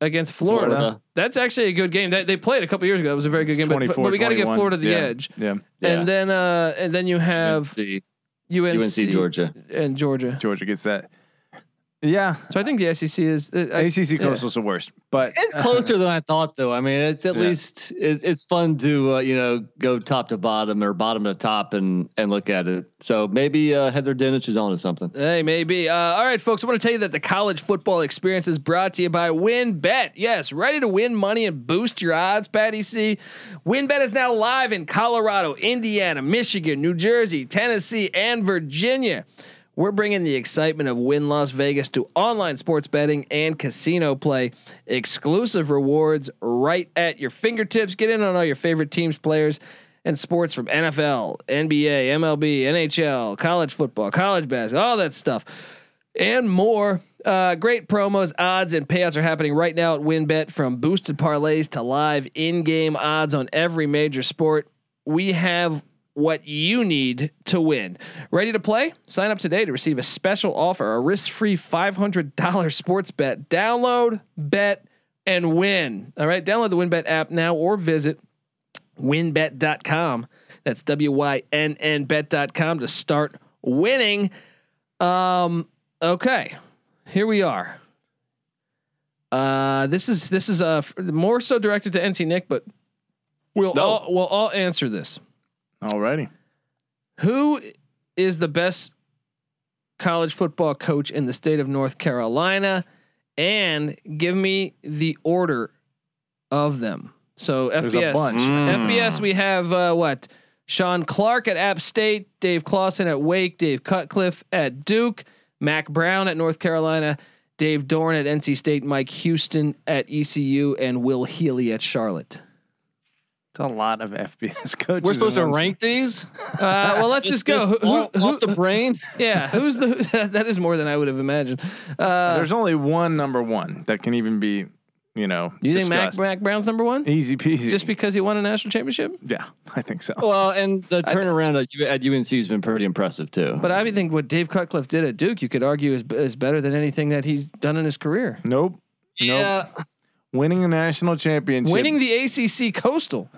Speaker 1: against Florida.
Speaker 4: Florida.
Speaker 1: That's actually a good game. That they played a couple years ago. That was a very good game. But, but
Speaker 3: 24,
Speaker 1: we got to get
Speaker 3: 21.
Speaker 1: Florida the
Speaker 3: Yeah.
Speaker 1: edge.
Speaker 3: yeah.
Speaker 1: And then uh, and then you have
Speaker 4: UNC,
Speaker 1: UNC,
Speaker 4: UNC, Georgia.
Speaker 1: and Georgia.
Speaker 3: Georgia gets that. Yeah.
Speaker 1: So I think the SEC is. Uh, I-
Speaker 3: ACC
Speaker 1: yeah.
Speaker 3: Coastal's the worst, but
Speaker 4: It's
Speaker 1: Uh-huh.
Speaker 4: closer than I thought, though. I mean, it's at
Speaker 3: Yeah.
Speaker 4: least it, it's fun to uh, you know go top to bottom or bottom to top and and look at it. So maybe uh, Heather Dinich is onto something.
Speaker 1: Hey, maybe. Uh, all right, folks. I want to tell you that the college football experience is brought to you by WinBet. Yes, ready to win money and boost your odds, Patty C. WinBet is now live in Colorado, Indiana, Michigan, New Jersey, Tennessee, and Virginia. We're bringing the excitement of Win Las Vegas to online sports betting and casino play. Exclusive rewards right at your fingertips. Get in on all your favorite teams, players and sports from NFL, NBA, MLB, NHL, college football, college basketball, all that stuff, and more. Uh, great promos, odds, and payouts are happening right now at WinBet from boosted parlays to live in game odds on every major sport. We have what you need to win. Ready to play? Sign up today to receive a special offer a risk free $500 sports bet. Download, bet, and win. All right, download the WinBet app now or visit winbet.com. That's W Y N N bet.com to start winning. Um, okay. Here we are. Uh, this is this is uh f- more so directed to NC Nick, but we'll
Speaker 4: No.
Speaker 1: all we'll all answer this.
Speaker 3: alrighty.
Speaker 1: Who is the best college football coach in the state of North Carolina? And give me the order of them. So FBS.
Speaker 3: There's a bunch.
Speaker 1: FBS, we have uh, what? Sean Clark at App State, Dave Clausen at Wake, Dave Cutcliffe at Duke, Mac Brown at North Carolina, Dave Dorn at NC State, Mike Houston at ECU, and Will Healy at Charlotte.
Speaker 3: It's a lot of FBS coaches.
Speaker 4: We're supposed
Speaker 3: in
Speaker 4: to
Speaker 3: one-
Speaker 4: rank these.
Speaker 1: Uh, well, let's just go. Who-
Speaker 4: off,
Speaker 1: who-
Speaker 4: off the brain.
Speaker 1: yeah, who's the? that is more than I would have imagined. Uh,
Speaker 3: There's only one number one that can even be, you know.
Speaker 1: you think Mac,
Speaker 3: discussed.
Speaker 1: Mac Brown's number one?
Speaker 3: Easy peasy.
Speaker 1: Just because he won a national championship?
Speaker 3: yeah, I think so.
Speaker 4: Well, and the
Speaker 1: I-
Speaker 4: turnaround at U- at UNC has been pretty impressive too.
Speaker 1: But I would think what Dave Cutcliffe did at Duke, you could argue is is better than anything that he's done in his career.
Speaker 3: Nope.
Speaker 4: yeah,
Speaker 3: Winning a national championship.
Speaker 1: Winning the ACC Coastal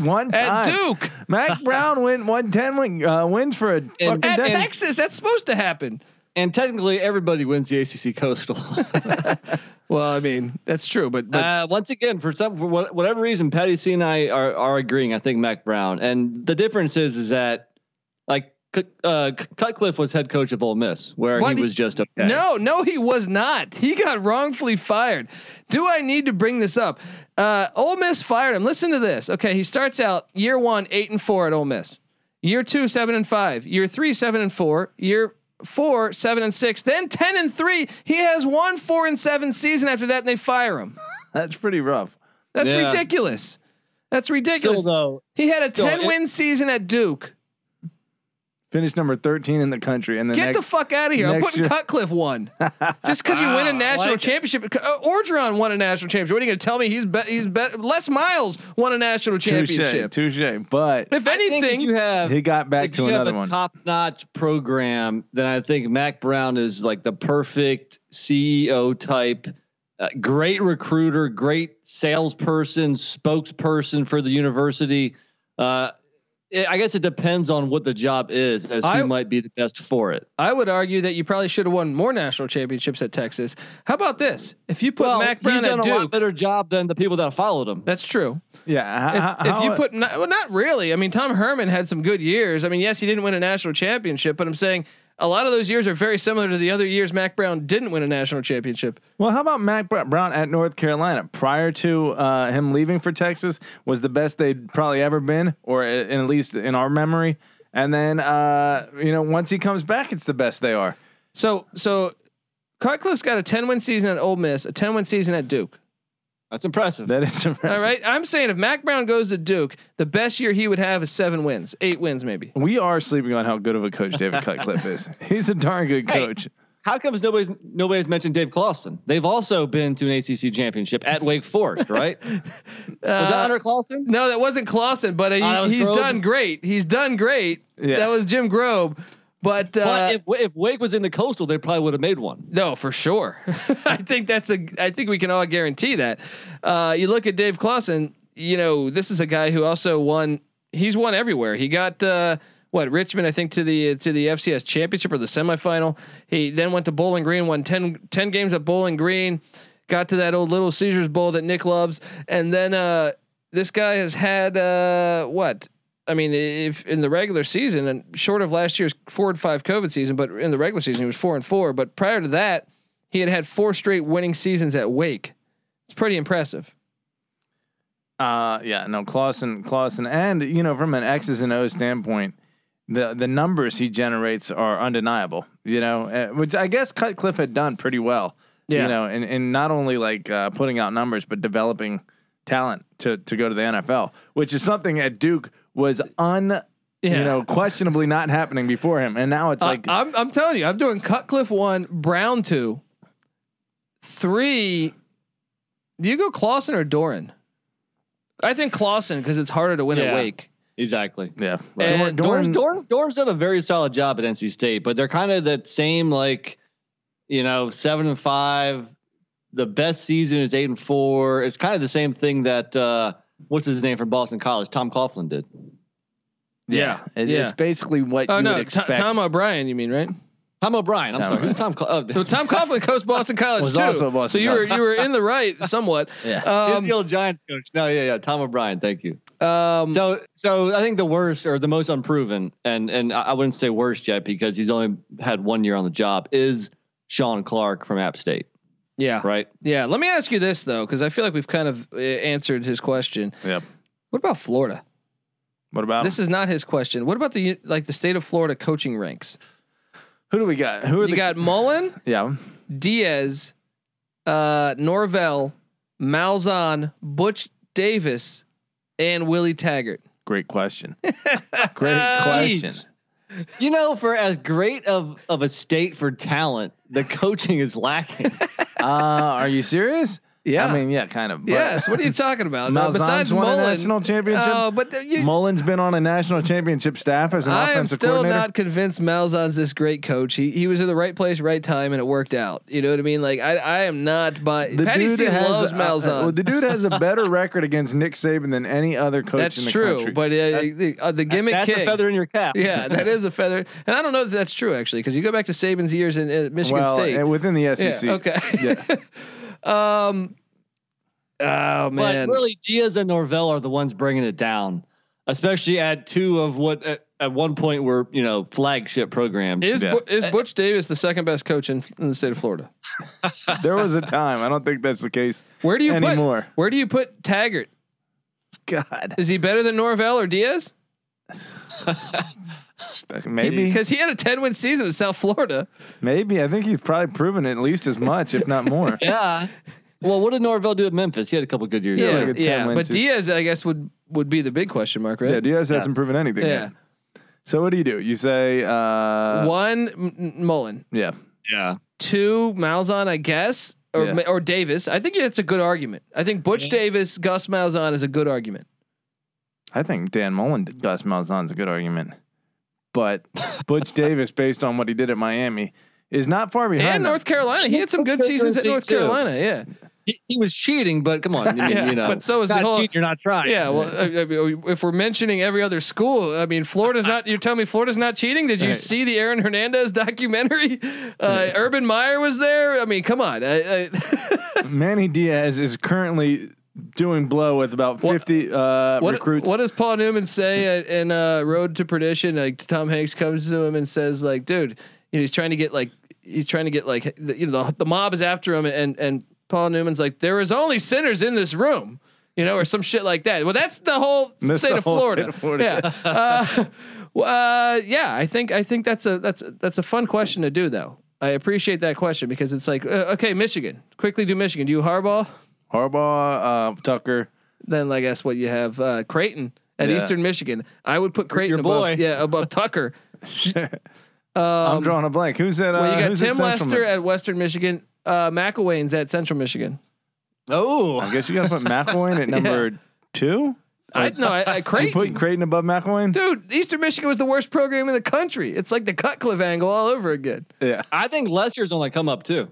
Speaker 3: one
Speaker 1: at
Speaker 3: time.
Speaker 1: Duke
Speaker 3: Mac Brown win one ten win, uh, wins for a fucking
Speaker 1: at
Speaker 3: decade.
Speaker 1: Texas. That's supposed to happen.
Speaker 4: and technically everybody wins the ACC Coastal.
Speaker 1: Well, I mean that's true, but but
Speaker 4: Uh, once again, for some for what- whatever reason, Patty C and I are are agreeing. I think Mac Brown, and the difference is is that like Cut- uh, Cutcliffe was head coach of Ole Miss, where
Speaker 1: What?
Speaker 4: he was just okay.
Speaker 1: no, no, he was not. He got wrongfully fired. Do I need to bring this up? Uh, Ole Miss fired him. Listen to this. Okay, he starts out year one eight and four at Ole Miss. Year two seven and five. Year three seven and four. Year four seven and six. Then ten and three. He has one four and seven season after that, and they fire him.
Speaker 3: That's pretty rough.
Speaker 1: That's
Speaker 4: Yeah.
Speaker 1: ridiculous. That's ridiculous.
Speaker 4: Still though,
Speaker 1: He had a
Speaker 4: Still,
Speaker 1: 10
Speaker 4: it-
Speaker 1: win season at Duke.
Speaker 3: Finished number thirteen in the country, and the
Speaker 1: Get
Speaker 3: next
Speaker 1: the fuck out of here. I'm
Speaker 3: next
Speaker 1: putting
Speaker 3: year-
Speaker 1: Cutcliff one. Just because you win a national
Speaker 4: like it.
Speaker 1: championship. Uh, Orgeron won a national championship. What are you going to tell me? He's bet he's bet Les Miles won a national
Speaker 3: touche,
Speaker 1: championship.
Speaker 3: touche. But
Speaker 1: If
Speaker 4: I think
Speaker 1: anything,
Speaker 4: if you have
Speaker 3: he got back
Speaker 4: if
Speaker 3: to
Speaker 4: you have
Speaker 3: another
Speaker 4: a
Speaker 3: one.
Speaker 4: top notch program, then I think Mac Brown is like the perfect CEO type. Uh, great recruiter, great salesperson, spokesperson for the university. Uh, it, I guess it depends on what the job is as
Speaker 1: I-
Speaker 4: who might be the best for it.
Speaker 1: I would argue that you probably should have won more national championships at Texas. How about this? If you put Mac Brown
Speaker 4: he's
Speaker 1: at
Speaker 4: done a lot
Speaker 1: Duke,
Speaker 4: better job than the people that followed him.
Speaker 1: that's true.
Speaker 3: yeah.
Speaker 1: If,
Speaker 3: h-
Speaker 1: if you
Speaker 3: how-
Speaker 1: put, not, well, not really. I mean, Tom Herman had some good years. I mean, yes, he didn't win a national championship, but I'm saying a lot of those years are very similar to the other years Mac Brown didn't win a national championship.
Speaker 3: Well, how about Mac Br- Brown at North Carolina? Prior to uh, him leaving for Texas, was the best they'd probably ever been, or a- at least in our memory. And then, uh, you know, once he comes back, it's the best they are.
Speaker 1: So, so Cutcliffe's got a 10 win season at Ole Miss, a 10 win season at Duke.
Speaker 4: That's impressive.
Speaker 3: That is impressive.
Speaker 1: All right. I'm saying if Mac Brown goes to Duke, the best year he would have is seven wins, eight wins, maybe.
Speaker 3: We are sleeping on how good of a coach David Cutcliffe is. He's a darn good
Speaker 4: Hey.
Speaker 3: coach.
Speaker 4: How comes nobody's nobody's mentioned Dave Clawson? They've also been to an ACC championship at Wake Forest, right? Was that
Speaker 1: Uh,
Speaker 4: under Clawson?
Speaker 1: no, that wasn't Clausen, but uh, he,
Speaker 4: Ah, that was
Speaker 1: he's
Speaker 4: Grobe.
Speaker 1: done great. He's done great.
Speaker 3: Yeah.
Speaker 1: That was Jim Grobe. But, uh,
Speaker 4: But if if Wake was in the Coastal, they probably would have made one.
Speaker 1: No, for sure. I think that's a. I think we can all guarantee that. Uh, you look at Dave Clausen. You know, this is a guy who also won. He's won everywhere. He got uh, what Richmond, I think, to the to the FCS championship or the semifinal. He then went to Bowling Green, won 10, 10 games at Bowling Green, got to that old Little Caesars Bowl that Nick loves, and then uh, this guy has had uh, what I mean, if in the regular season and short of last year's four and five COVID season, but in the regular season he was four and four. But prior to that, he had had four straight winning seasons at Wake. It's pretty impressive.
Speaker 3: Uh, yeah, no, Clausen, Clausen, and you know, from an X's and O's standpoint, the the numbers he generates are undeniable. You know, uh, which I guess Cutcliffe had done pretty well.
Speaker 1: Yeah.
Speaker 3: you know, and and not only like uh, putting out numbers, but developing talent to to go to the NFL, which is something at Duke was un. You
Speaker 1: Yeah. Uh,
Speaker 3: know, questionably not happening before him, and now it's like
Speaker 1: I, am I'm telling you, I'm doing Cutcliffe one, Brown two, three. Do you go Clausen or Doran? I think Clausen because it's harder to win
Speaker 4: Yeah.
Speaker 1: at Wake.
Speaker 4: Exactly.
Speaker 1: uh,
Speaker 3: yeah.
Speaker 1: And
Speaker 3: Dorn-
Speaker 4: Dorn's, Dorn's, Dorn's done a very solid job at NC State, but they're kind of that same like, you know, seven and five. The best season is eight and four. It's kind of the same thing that uh, what's his name from Boston College, Tom Coughlin did.
Speaker 3: yeah, it-
Speaker 1: yeah.
Speaker 3: it's basically what
Speaker 1: Oh
Speaker 3: you would
Speaker 1: no, Tom-
Speaker 3: expect.
Speaker 1: Tom O'Brien. You mean right?
Speaker 4: Tom O'Brien. I'm
Speaker 3: Tom
Speaker 4: sorry. Who's Tom? Cl- oh,
Speaker 1: No, Tom Coughlin coached Boston College
Speaker 3: Was
Speaker 1: too.
Speaker 3: also Boston
Speaker 1: so you were you were in the right somewhat.
Speaker 3: yeah,
Speaker 4: he's
Speaker 1: Um,
Speaker 4: the old Giants coach. No, yeah, yeah. Tom O'Brien. Thank you.
Speaker 1: um,
Speaker 4: So, so I think the worst or the most unproven, and and I I wouldn't say worst yet because he's only had one year on the job, is Sean Clark from App State,
Speaker 1: yeah,
Speaker 4: right?
Speaker 1: yeah. Let me ask you this though, because I feel like we've kind of uh, answered his question.
Speaker 3: yeah.
Speaker 1: What about Florida?
Speaker 3: What about
Speaker 1: This is not his question. What about the like the state of Florida coaching ranks?
Speaker 3: who do we got? Who are
Speaker 1: You
Speaker 3: the
Speaker 1: got Mullen,
Speaker 3: yeah?
Speaker 1: Diaz, uh, Norvell, Malzahn, Butch Davis, and Willie Taggart.
Speaker 3: Great question. Great question.
Speaker 4: Jeez. You know, for as great of of a state for talent, the coaching is lacking.
Speaker 3: Uh, are you serious?
Speaker 1: Yeah.
Speaker 3: I mean, yeah, kind of. but-
Speaker 1: yes. What are you talking about? Uh,
Speaker 3: Malzahn's
Speaker 1: besides
Speaker 3: won a
Speaker 1: Mullen,
Speaker 3: national championship.
Speaker 1: oh, but the, you,
Speaker 3: Mullen's been on a national championship staff as an
Speaker 1: I am
Speaker 3: offensive
Speaker 1: still
Speaker 3: coordinator.
Speaker 1: not convinced Malzahn's this great coach. He he was in the right place, right time, and it worked out. You know what I mean? Like I I am not by Patty C loves
Speaker 3: uh,
Speaker 1: Malzahn.
Speaker 3: well, the dude has a better record against Nick Saban than any other coach in
Speaker 1: that's
Speaker 3: the
Speaker 1: true,
Speaker 3: country.
Speaker 1: but uh, the, uh, the gimmick
Speaker 4: That's
Speaker 1: king.
Speaker 4: a feather in your cap.
Speaker 1: yeah, that is a feather, and I don't know if that's true actually, because you go back to Saban's years in, at Michigan
Speaker 3: well,
Speaker 1: State.
Speaker 3: and within the E
Speaker 1: Yeah,
Speaker 3: SEC.
Speaker 1: okay. um. Oh man.
Speaker 4: But really, Diaz and Norvell are the ones bringing it down, especially at two of what at, at one point were you know flagship programs.
Speaker 1: Is
Speaker 3: Yeah. Uh,
Speaker 1: Bu- is Butch Davis the second best coach in, in the state of Florida?
Speaker 3: There was a time. I don't think that's the case
Speaker 1: Where do you put
Speaker 3: anymore.
Speaker 1: Where do you put Taggart?
Speaker 3: God,
Speaker 1: Is he better than Norvell or Diaz?
Speaker 3: maybe,
Speaker 1: Because he had a 10 win season in South Florida.
Speaker 3: maybe. I think he's probably proven at least as much, if not more.
Speaker 4: yeah. Well, what did Norvell do at Memphis? He had a couple good years.
Speaker 1: Yeah,
Speaker 3: like a 10
Speaker 1: yeah.
Speaker 3: win
Speaker 1: But
Speaker 3: season.
Speaker 1: Diaz, I guess, would would be the big question mark,
Speaker 3: Yeah,
Speaker 1: right?
Speaker 3: Diaz hasn't
Speaker 4: Yes.
Speaker 3: proven anything.
Speaker 1: Yeah.
Speaker 3: Yet. So what do you do? You say, uh,
Speaker 1: One M- M- Mullen,
Speaker 3: yeah,
Speaker 4: yeah.
Speaker 1: two Malzahn, I guess, or
Speaker 3: Yeah.
Speaker 1: Ma- or Davis. I think it's a good argument. I think Butch Davis, Gus Malzahn is a good argument.
Speaker 3: I think Dan Mullen, Gus Malzahn's a good argument, but Butch Davis, based on what he did at Miami, is not far behind.
Speaker 1: and
Speaker 3: them.
Speaker 1: North Carolina, he had some good seasons at North
Speaker 4: Too.
Speaker 1: Carolina. Yeah,
Speaker 4: He, he was cheating, but come on, I mean,
Speaker 1: Yeah,
Speaker 4: you know.
Speaker 1: but so is the
Speaker 4: not
Speaker 1: whole-
Speaker 4: cheating, you're not trying.
Speaker 1: yeah. Well, I- I mean, if we're mentioning every other school, I mean, Florida's not. You're telling me Florida's not cheating? Did you
Speaker 3: Right.
Speaker 1: see the Aaron Hernandez documentary? Uh, Urban Meyer was there. I mean, come on. I, I,
Speaker 3: Manny Diaz is currently doing blow with about fifty uh,
Speaker 1: what,
Speaker 3: recruits.
Speaker 1: What does Paul Newman say at- in uh, Road to Perdition? Like Tom Hanks comes to him and says, like, dude, you know, he's trying to get like he's trying to get like the, you know the, the mob is after him, and and Paul Newman's like, there is only sinners in this room. You know, or some shit like that. Well, that's the whole,
Speaker 3: That's
Speaker 1: state,
Speaker 3: the
Speaker 1: of
Speaker 3: whole state
Speaker 1: Florida.
Speaker 3: of Florida.
Speaker 1: Yeah, uh, well, uh, yeah. I think I think that's a that's a, that's a fun question to do, though. I appreciate that question because it's like, uh, okay, Michigan, quickly do Michigan. Do you Harbaugh?
Speaker 3: Harbaugh, uh, Tucker.
Speaker 1: then I guess what you have uh, Creighton at
Speaker 3: Yeah.
Speaker 1: Eastern Michigan. I would put Creighton
Speaker 4: Your
Speaker 1: above,
Speaker 3: Uh,
Speaker 4: boy.
Speaker 1: yeah, above Tucker.
Speaker 3: I'm
Speaker 1: Um,
Speaker 3: drawing a blank. Who's that?
Speaker 1: well,
Speaker 3: uh,
Speaker 1: you got
Speaker 3: who's at
Speaker 1: Tim
Speaker 3: Central
Speaker 1: Lester
Speaker 3: Mi-
Speaker 1: at Western Michigan. Uh, McElwain's at Central Michigan.
Speaker 4: Oh,
Speaker 3: I guess you got to put McElwain at number two.
Speaker 1: I no, I, I
Speaker 3: You
Speaker 1: Creighton.
Speaker 3: put Creighton above McElwain.
Speaker 1: Dude, Eastern Michigan was the worst program in the country. It's like the Cutcliffe angle all over again.
Speaker 3: Yeah.
Speaker 4: I think Lester's on the come up too,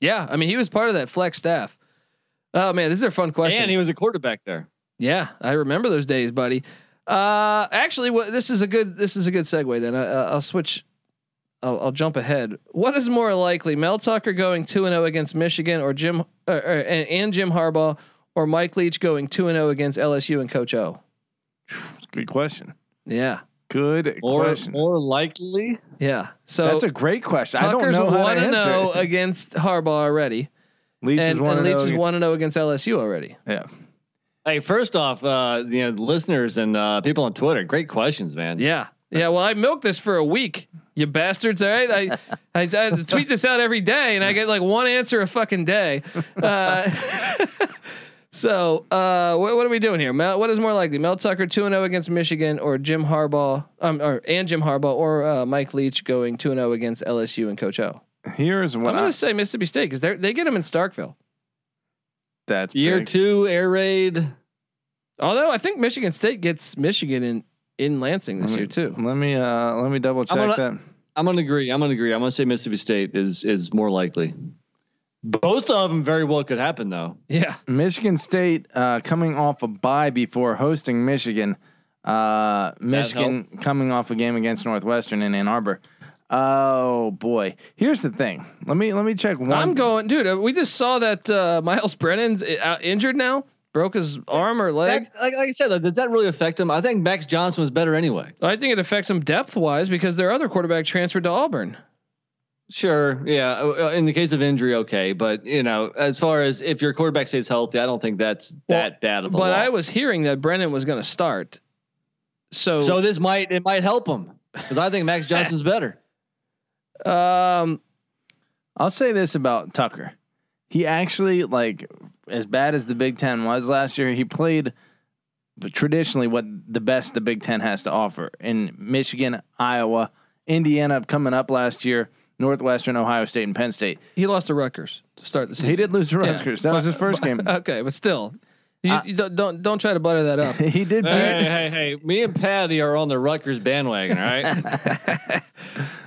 Speaker 1: Yeah, I mean, he was part of that flex staff. Oh man, this is a fun question.
Speaker 4: and he was a quarterback there.
Speaker 1: yeah, I remember those days, buddy. Uh, actually, wha- this is a good this is a good segue. Then I, I- I'll switch. I'll, I'll jump ahead. What is more likely, Mel Tucker going two and zero against Michigan, or Jim uh, and, and Jim Harbaugh, or Mike Leach going two and zero against LSU and Coach O?
Speaker 3: Good question.
Speaker 1: Yeah,
Speaker 3: Good
Speaker 4: More,
Speaker 3: question.
Speaker 4: more likely,
Speaker 1: yeah. So
Speaker 3: That's a great question. I don't
Speaker 1: Tucker's
Speaker 3: know how
Speaker 1: one
Speaker 3: to
Speaker 1: and zero
Speaker 3: answer.
Speaker 1: against Harbaugh already,
Speaker 3: Leach
Speaker 1: and,
Speaker 3: is one.
Speaker 1: and
Speaker 3: and
Speaker 1: Leach
Speaker 3: oh
Speaker 1: is
Speaker 3: again.
Speaker 1: one and zero against LSU already.
Speaker 3: Yeah.
Speaker 4: Hey, first off, uh, you know, listeners and uh, people on Twitter, great questions, man.
Speaker 1: Yeah. Yeah. Well, I milked this for a week, you bastards. All right. I, I, I tweet this out every day and I get like one answer a fucking day. Uh, so, uh, what, what are we doing here? Mel, what is more likely? Mel Tucker 2 0 against Michigan or Jim Harbaugh, um, or, and Jim Harbaugh or uh, Mike Leach going 2 0 against LSU and Coach O?
Speaker 3: Here's
Speaker 1: am
Speaker 3: what
Speaker 1: going
Speaker 3: I,
Speaker 1: to say Mississippi State because they get him in Starkville.
Speaker 3: that's
Speaker 4: Year
Speaker 3: big.
Speaker 4: two air raid.
Speaker 1: Although I think Michigan State gets Michigan in, in Lansing this
Speaker 3: Let me-
Speaker 1: year, too.
Speaker 3: Let me uh let me double check
Speaker 4: gonna-
Speaker 3: that.
Speaker 4: I'm gonna agree. I'm gonna agree. I'm gonna say Mississippi State is is more likely. Both of them very well could happen though.
Speaker 1: Yeah.
Speaker 3: Michigan State uh, coming off a bye before hosting Michigan. Uh, Michigan
Speaker 4: helps.
Speaker 3: coming off a game against Northwestern in Ann Arbor. Oh boy, here's the thing. Let me let me check one.
Speaker 1: I'm going, dude. uh, We just saw that uh, Miles Brennan's i- out injured now, broke his arm or leg.
Speaker 4: That, like, like I said, like, does that really affect him? I think Max Johnson was better anyway.
Speaker 1: I think it affects him depth wise because their other quarterback transferred to Auburn.
Speaker 4: Sure, yeah. uh, In the case of injury, okay, but you know, as far as if your quarterback stays healthy, I don't think that's that bad of a
Speaker 1: But I
Speaker 4: loss.
Speaker 1: was hearing that Brennan was going to start. So,
Speaker 4: So this might it might help him because I think Max Johnson's better.
Speaker 1: um,
Speaker 3: I'll say this about Tucker. He actually like as bad as the Big 10 was last year, he played but traditionally what the best the Big 10 has to offer in Michigan, Iowa, Indiana coming up last year, Northwestern, Ohio State and Penn State.
Speaker 1: he lost to Rutgers to start the season.
Speaker 3: He did lose to
Speaker 1: Yeah.
Speaker 3: Rutgers. That was his first game.
Speaker 1: Okay, but still, you,
Speaker 3: I-
Speaker 1: you don't, don't don't try to butter that up.
Speaker 3: he did beat
Speaker 4: Hey, hey, hey! Me and Patty are on the Rutgers bandwagon, all right?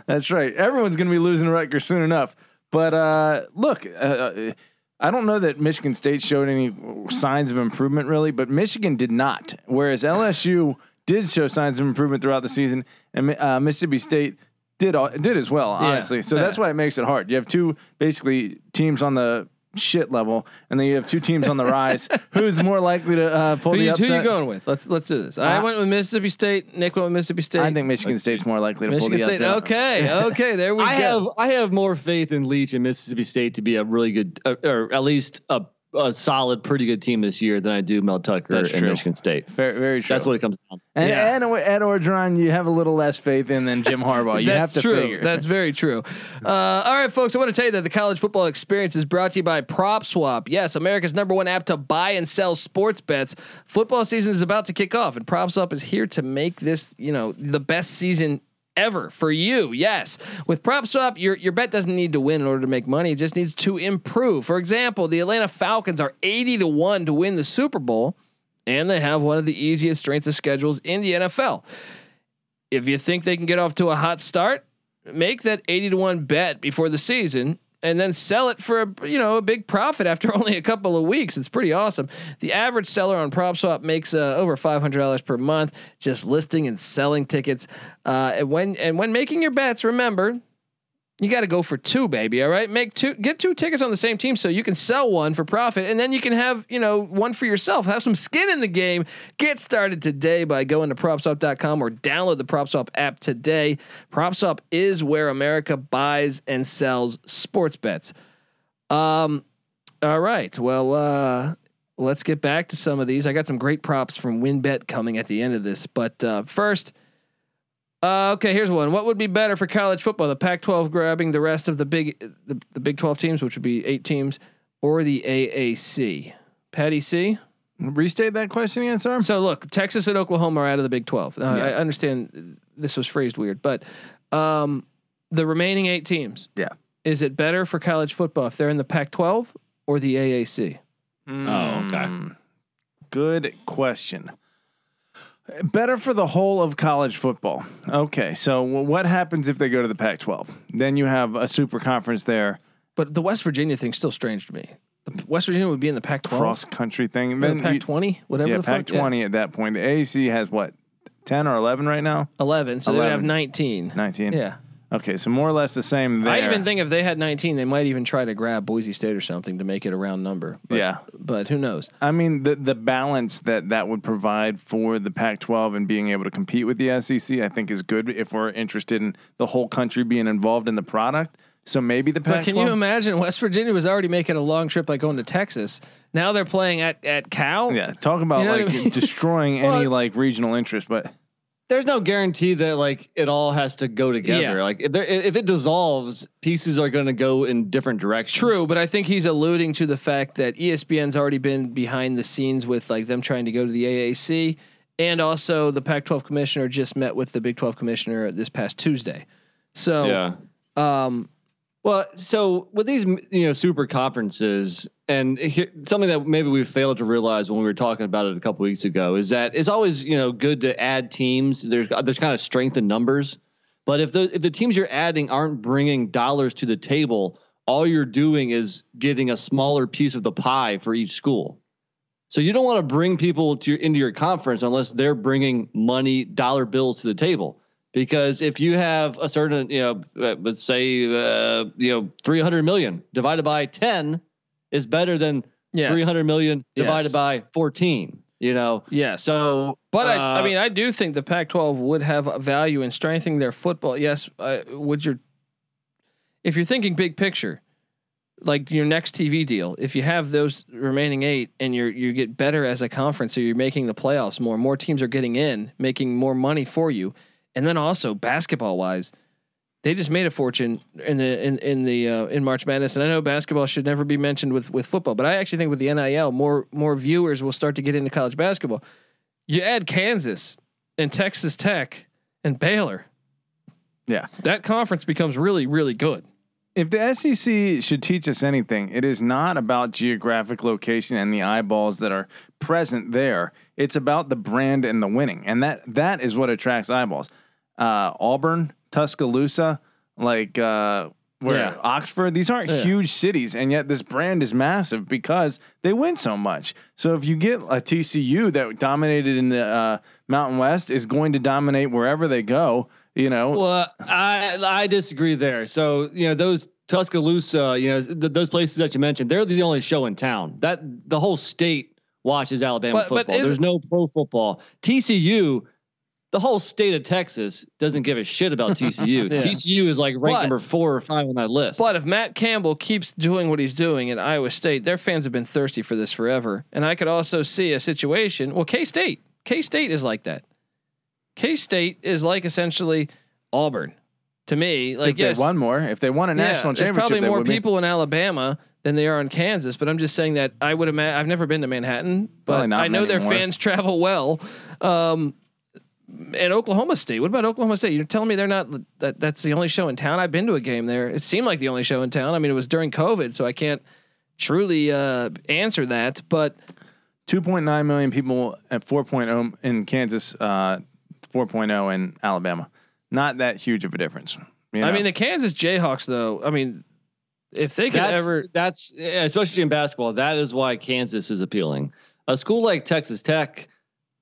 Speaker 3: That's right. Everyone's going to be losing to Rutgers soon enough. But uh, look, uh, uh, I don't know that Michigan State showed any signs of improvement really, but Michigan did not. Whereas LSU did show signs of improvement throughout the season, and Mi- uh, Mississippi State did all, did as well, honestly. So that's why it makes it hard. You have two basically teams on the shit level, and then you have two teams on the rise. Who's more likely to uh, pull
Speaker 1: Who
Speaker 3: the
Speaker 1: you, who
Speaker 3: upset?
Speaker 1: you going with? Let's let's do this. I
Speaker 3: Uh,
Speaker 1: went with Mississippi State. Nick went with Mississippi State.
Speaker 3: I think Michigan State's more likely to
Speaker 1: Michigan
Speaker 3: pull the
Speaker 1: State.
Speaker 3: upset.
Speaker 1: Okay, okay. There we
Speaker 4: I
Speaker 1: go.
Speaker 4: have I have more faith in Leach and Mississippi State to be a really good, uh, or at least a, a solid, pretty good team this year than I do Mel Tucker
Speaker 3: That's
Speaker 4: and
Speaker 3: true.
Speaker 4: Michigan State.
Speaker 3: Fair- very true.
Speaker 4: That's what it comes down to.
Speaker 3: And,
Speaker 1: Yeah.
Speaker 3: and Ed Orgeron, you have a little less faith in than Jim Harbaugh. You have
Speaker 1: That's
Speaker 3: to
Speaker 1: true.
Speaker 3: figure.
Speaker 1: That's very true. Uh, all right, folks, I want to tell you that the college football experience is brought to you by Prop Swap. Yes, America's number one app to buy and sell sports bets. Football season is about to kick off, and Prop Swap is here to make this, you know, the best season ever for you. Yes. With PropSwap, your your bet doesn't need to win in order to make money. It just needs to improve. For example, the Atlanta Falcons are 80 to 1 to win the Super Bowl, and they have one of the easiest strength of schedules in the NFL. If you think they can get off to a hot start, make that 80 to 1 bet before the season and then sell it for a you know a big profit after only a couple of weeks it's pretty awesome the average seller on PropSwap makes uh, over $500 per month just listing and selling tickets uh, and when and when making your bets remember you got to go for two, baby. All right, make two, get two tickets on the same team, so you can sell one for profit, and then you can have you know one for yourself. Have some skin in the game. Get started today by going to PropSwap.com or download the PropSwap app today. PropSwap is where America buys and sells sports bets. Um, all right, well, uh, let's get back to some of these. I got some great props from WinBet coming at the end of this, but uh, first. Uh, okay, here's one. What would be better for college football? The Pac-12 grabbing the rest of the big the, the Big 12 teams, which would be eight teams, or the AAC? Patty C.
Speaker 3: Restate that question again, sir.
Speaker 1: So look, Texas and Oklahoma are out of the Big 12. Now, I-
Speaker 3: Yeah.
Speaker 1: I understand this was phrased weird, but um, the remaining eight teams.
Speaker 3: Yeah.
Speaker 1: Is it better for college football if they're in the Pac-12 or the AAC?
Speaker 4: Oh, okay.
Speaker 3: Mm, Good question. Better for the whole of college football. Okay, so wh- what happens if they go to the Pac-12? Then you have a super conference there,
Speaker 1: But the West Virginia thing's still strange to me. The West Virginia would be in the Pac-12,
Speaker 3: cross country thing. and
Speaker 1: or the
Speaker 3: then you-
Speaker 1: Pac-20, whatever
Speaker 3: yeah,
Speaker 1: the fuck. yeah.
Speaker 3: Pac-20 at that point. The AAC has what, ten or eleven right now?
Speaker 1: 11, so they would have
Speaker 3: 11.
Speaker 1: 19.
Speaker 3: Nineteen.
Speaker 1: Yeah.
Speaker 3: Okay, so more or less the same there.
Speaker 1: I even think if they had 19, they might even try to grab Boise State or something to make it a round number. But,
Speaker 3: Yeah.
Speaker 1: But who knows?
Speaker 3: I mean the the balance that that would provide for the Pac-12 and being able to compete with the SEC, I think is good if we're interested in the whole country being involved in the product. So maybe the
Speaker 1: But
Speaker 3: Pac-12.
Speaker 1: can you imagine West Virginia was already making a long trip like going to Texas. Now they're playing at at Cal.
Speaker 3: yeah, talk about
Speaker 1: You know
Speaker 3: like
Speaker 1: what I mean?
Speaker 3: destroying any
Speaker 4: Well-
Speaker 3: like regional interest, but
Speaker 4: there's no guarantee that like it all has to go together.
Speaker 1: Yeah.
Speaker 4: Like if, there, if it dissolves, pieces are going to go in different directions.
Speaker 1: True, but I think he's alluding to the fact that E ESPN's already been behind the scenes with like them trying to go to the AAC and also the Pac-12 commissioner just met with the Big 12 commissioner this past Tuesday. So
Speaker 4: Yeah.
Speaker 1: um
Speaker 4: Well, so with these you know super conferences, and here, something that maybe we failed to realize when we were talking about it a couple weeks ago is that it's always you know good to add teams. There's there's kind of strength in numbers, but if the if the teams you're adding aren't bringing dollars to the table, all you're doing is getting a smaller piece of the pie for each school. So you don't want to bring people to your, into your conference unless they're bringing money, dollar bills to the table. Because if you have a certain, you know, uh, let's say, uh, you know, 300 million divided by 10 is better than
Speaker 1: yes.
Speaker 4: 300 million divided
Speaker 1: Yes.
Speaker 4: by 14, you know?
Speaker 1: Yes.
Speaker 4: So,
Speaker 1: But I, I
Speaker 4: uh,
Speaker 1: mean, I do think the Pac-12 would have a value in strengthening their football. Yes, uh, would your if you're thinking big picture, like your next TV deal, if you have those remaining eight and you're you get better as a conference, so you're making the playoffs more. More teams are getting in, making more money for you, and then also basketball wise, they just made a fortune in the in in the uh, in March Madness. And I know basketball should never be mentioned with with football, but I actually think with the NIL, more more viewers will start to get into college basketball. You add Kansas and Texas Tech and Baylor,
Speaker 3: yeah.
Speaker 1: that conference becomes really really good.
Speaker 3: If the SEC should teach us anything, it is not about geographic location and the eyeballs that are present there. It's about the brand and the winning, and that that is what attracts eyeballs. Uh, Auburn, Tuscaloosa, like uh, where
Speaker 1: Yeah.
Speaker 3: Oxford. These aren't
Speaker 1: Yeah.
Speaker 3: huge cities, and yet this brand is massive because they win so much. So if you get a TCU that dominated in the uh, Mountain West, is going to dominate wherever they go. You know,
Speaker 4: Well, I I disagree there. So you know those Tuscaloosa, you know th- those places that you mentioned, they're the only show in town. That the whole state watches Alabama
Speaker 1: But- but
Speaker 4: football.
Speaker 1: is-
Speaker 4: There's no pro football. TCU, the whole state of Texas doesn't give a shit about TCU.
Speaker 1: Yeah.
Speaker 4: TCU is like ranked
Speaker 1: But-
Speaker 4: number four or five on that list.
Speaker 1: But if Matt Campbell keeps doing what he's doing in Iowa State, their fans have been thirsty for this forever. And I could also see a situation. Well, K State, K State is like that. K State is like essentially Auburn to me. Like
Speaker 3: if
Speaker 1: yes,
Speaker 3: they won more, if they won a national
Speaker 1: there's
Speaker 3: championship,
Speaker 1: probably
Speaker 3: they
Speaker 1: more
Speaker 3: would be.
Speaker 1: people in Alabama than they are in Kansas. But I'm just saying that I would imagine I've never been to Manhattan,
Speaker 3: Probably
Speaker 1: but
Speaker 3: not
Speaker 1: I know their
Speaker 3: anymore.
Speaker 1: fans travel well. Um, and Oklahoma State. What about Oklahoma State? You're telling me they're not that that's the only show in town. I've been to a game there. It seemed like the only show in town. I mean, it was during COVID, so I can't truly uh, answer that. But
Speaker 3: 2.9 million people at 4.0 in Kansas, uh, 4.0 in Alabama. Not that huge of a difference. you
Speaker 1: I
Speaker 3: know?
Speaker 1: mean, the Kansas Jayhawks, though. I mean, if they could
Speaker 4: that's,
Speaker 1: ever,
Speaker 4: that's especially in basketball. That is why Kansas is appealing. A school like Texas Tech,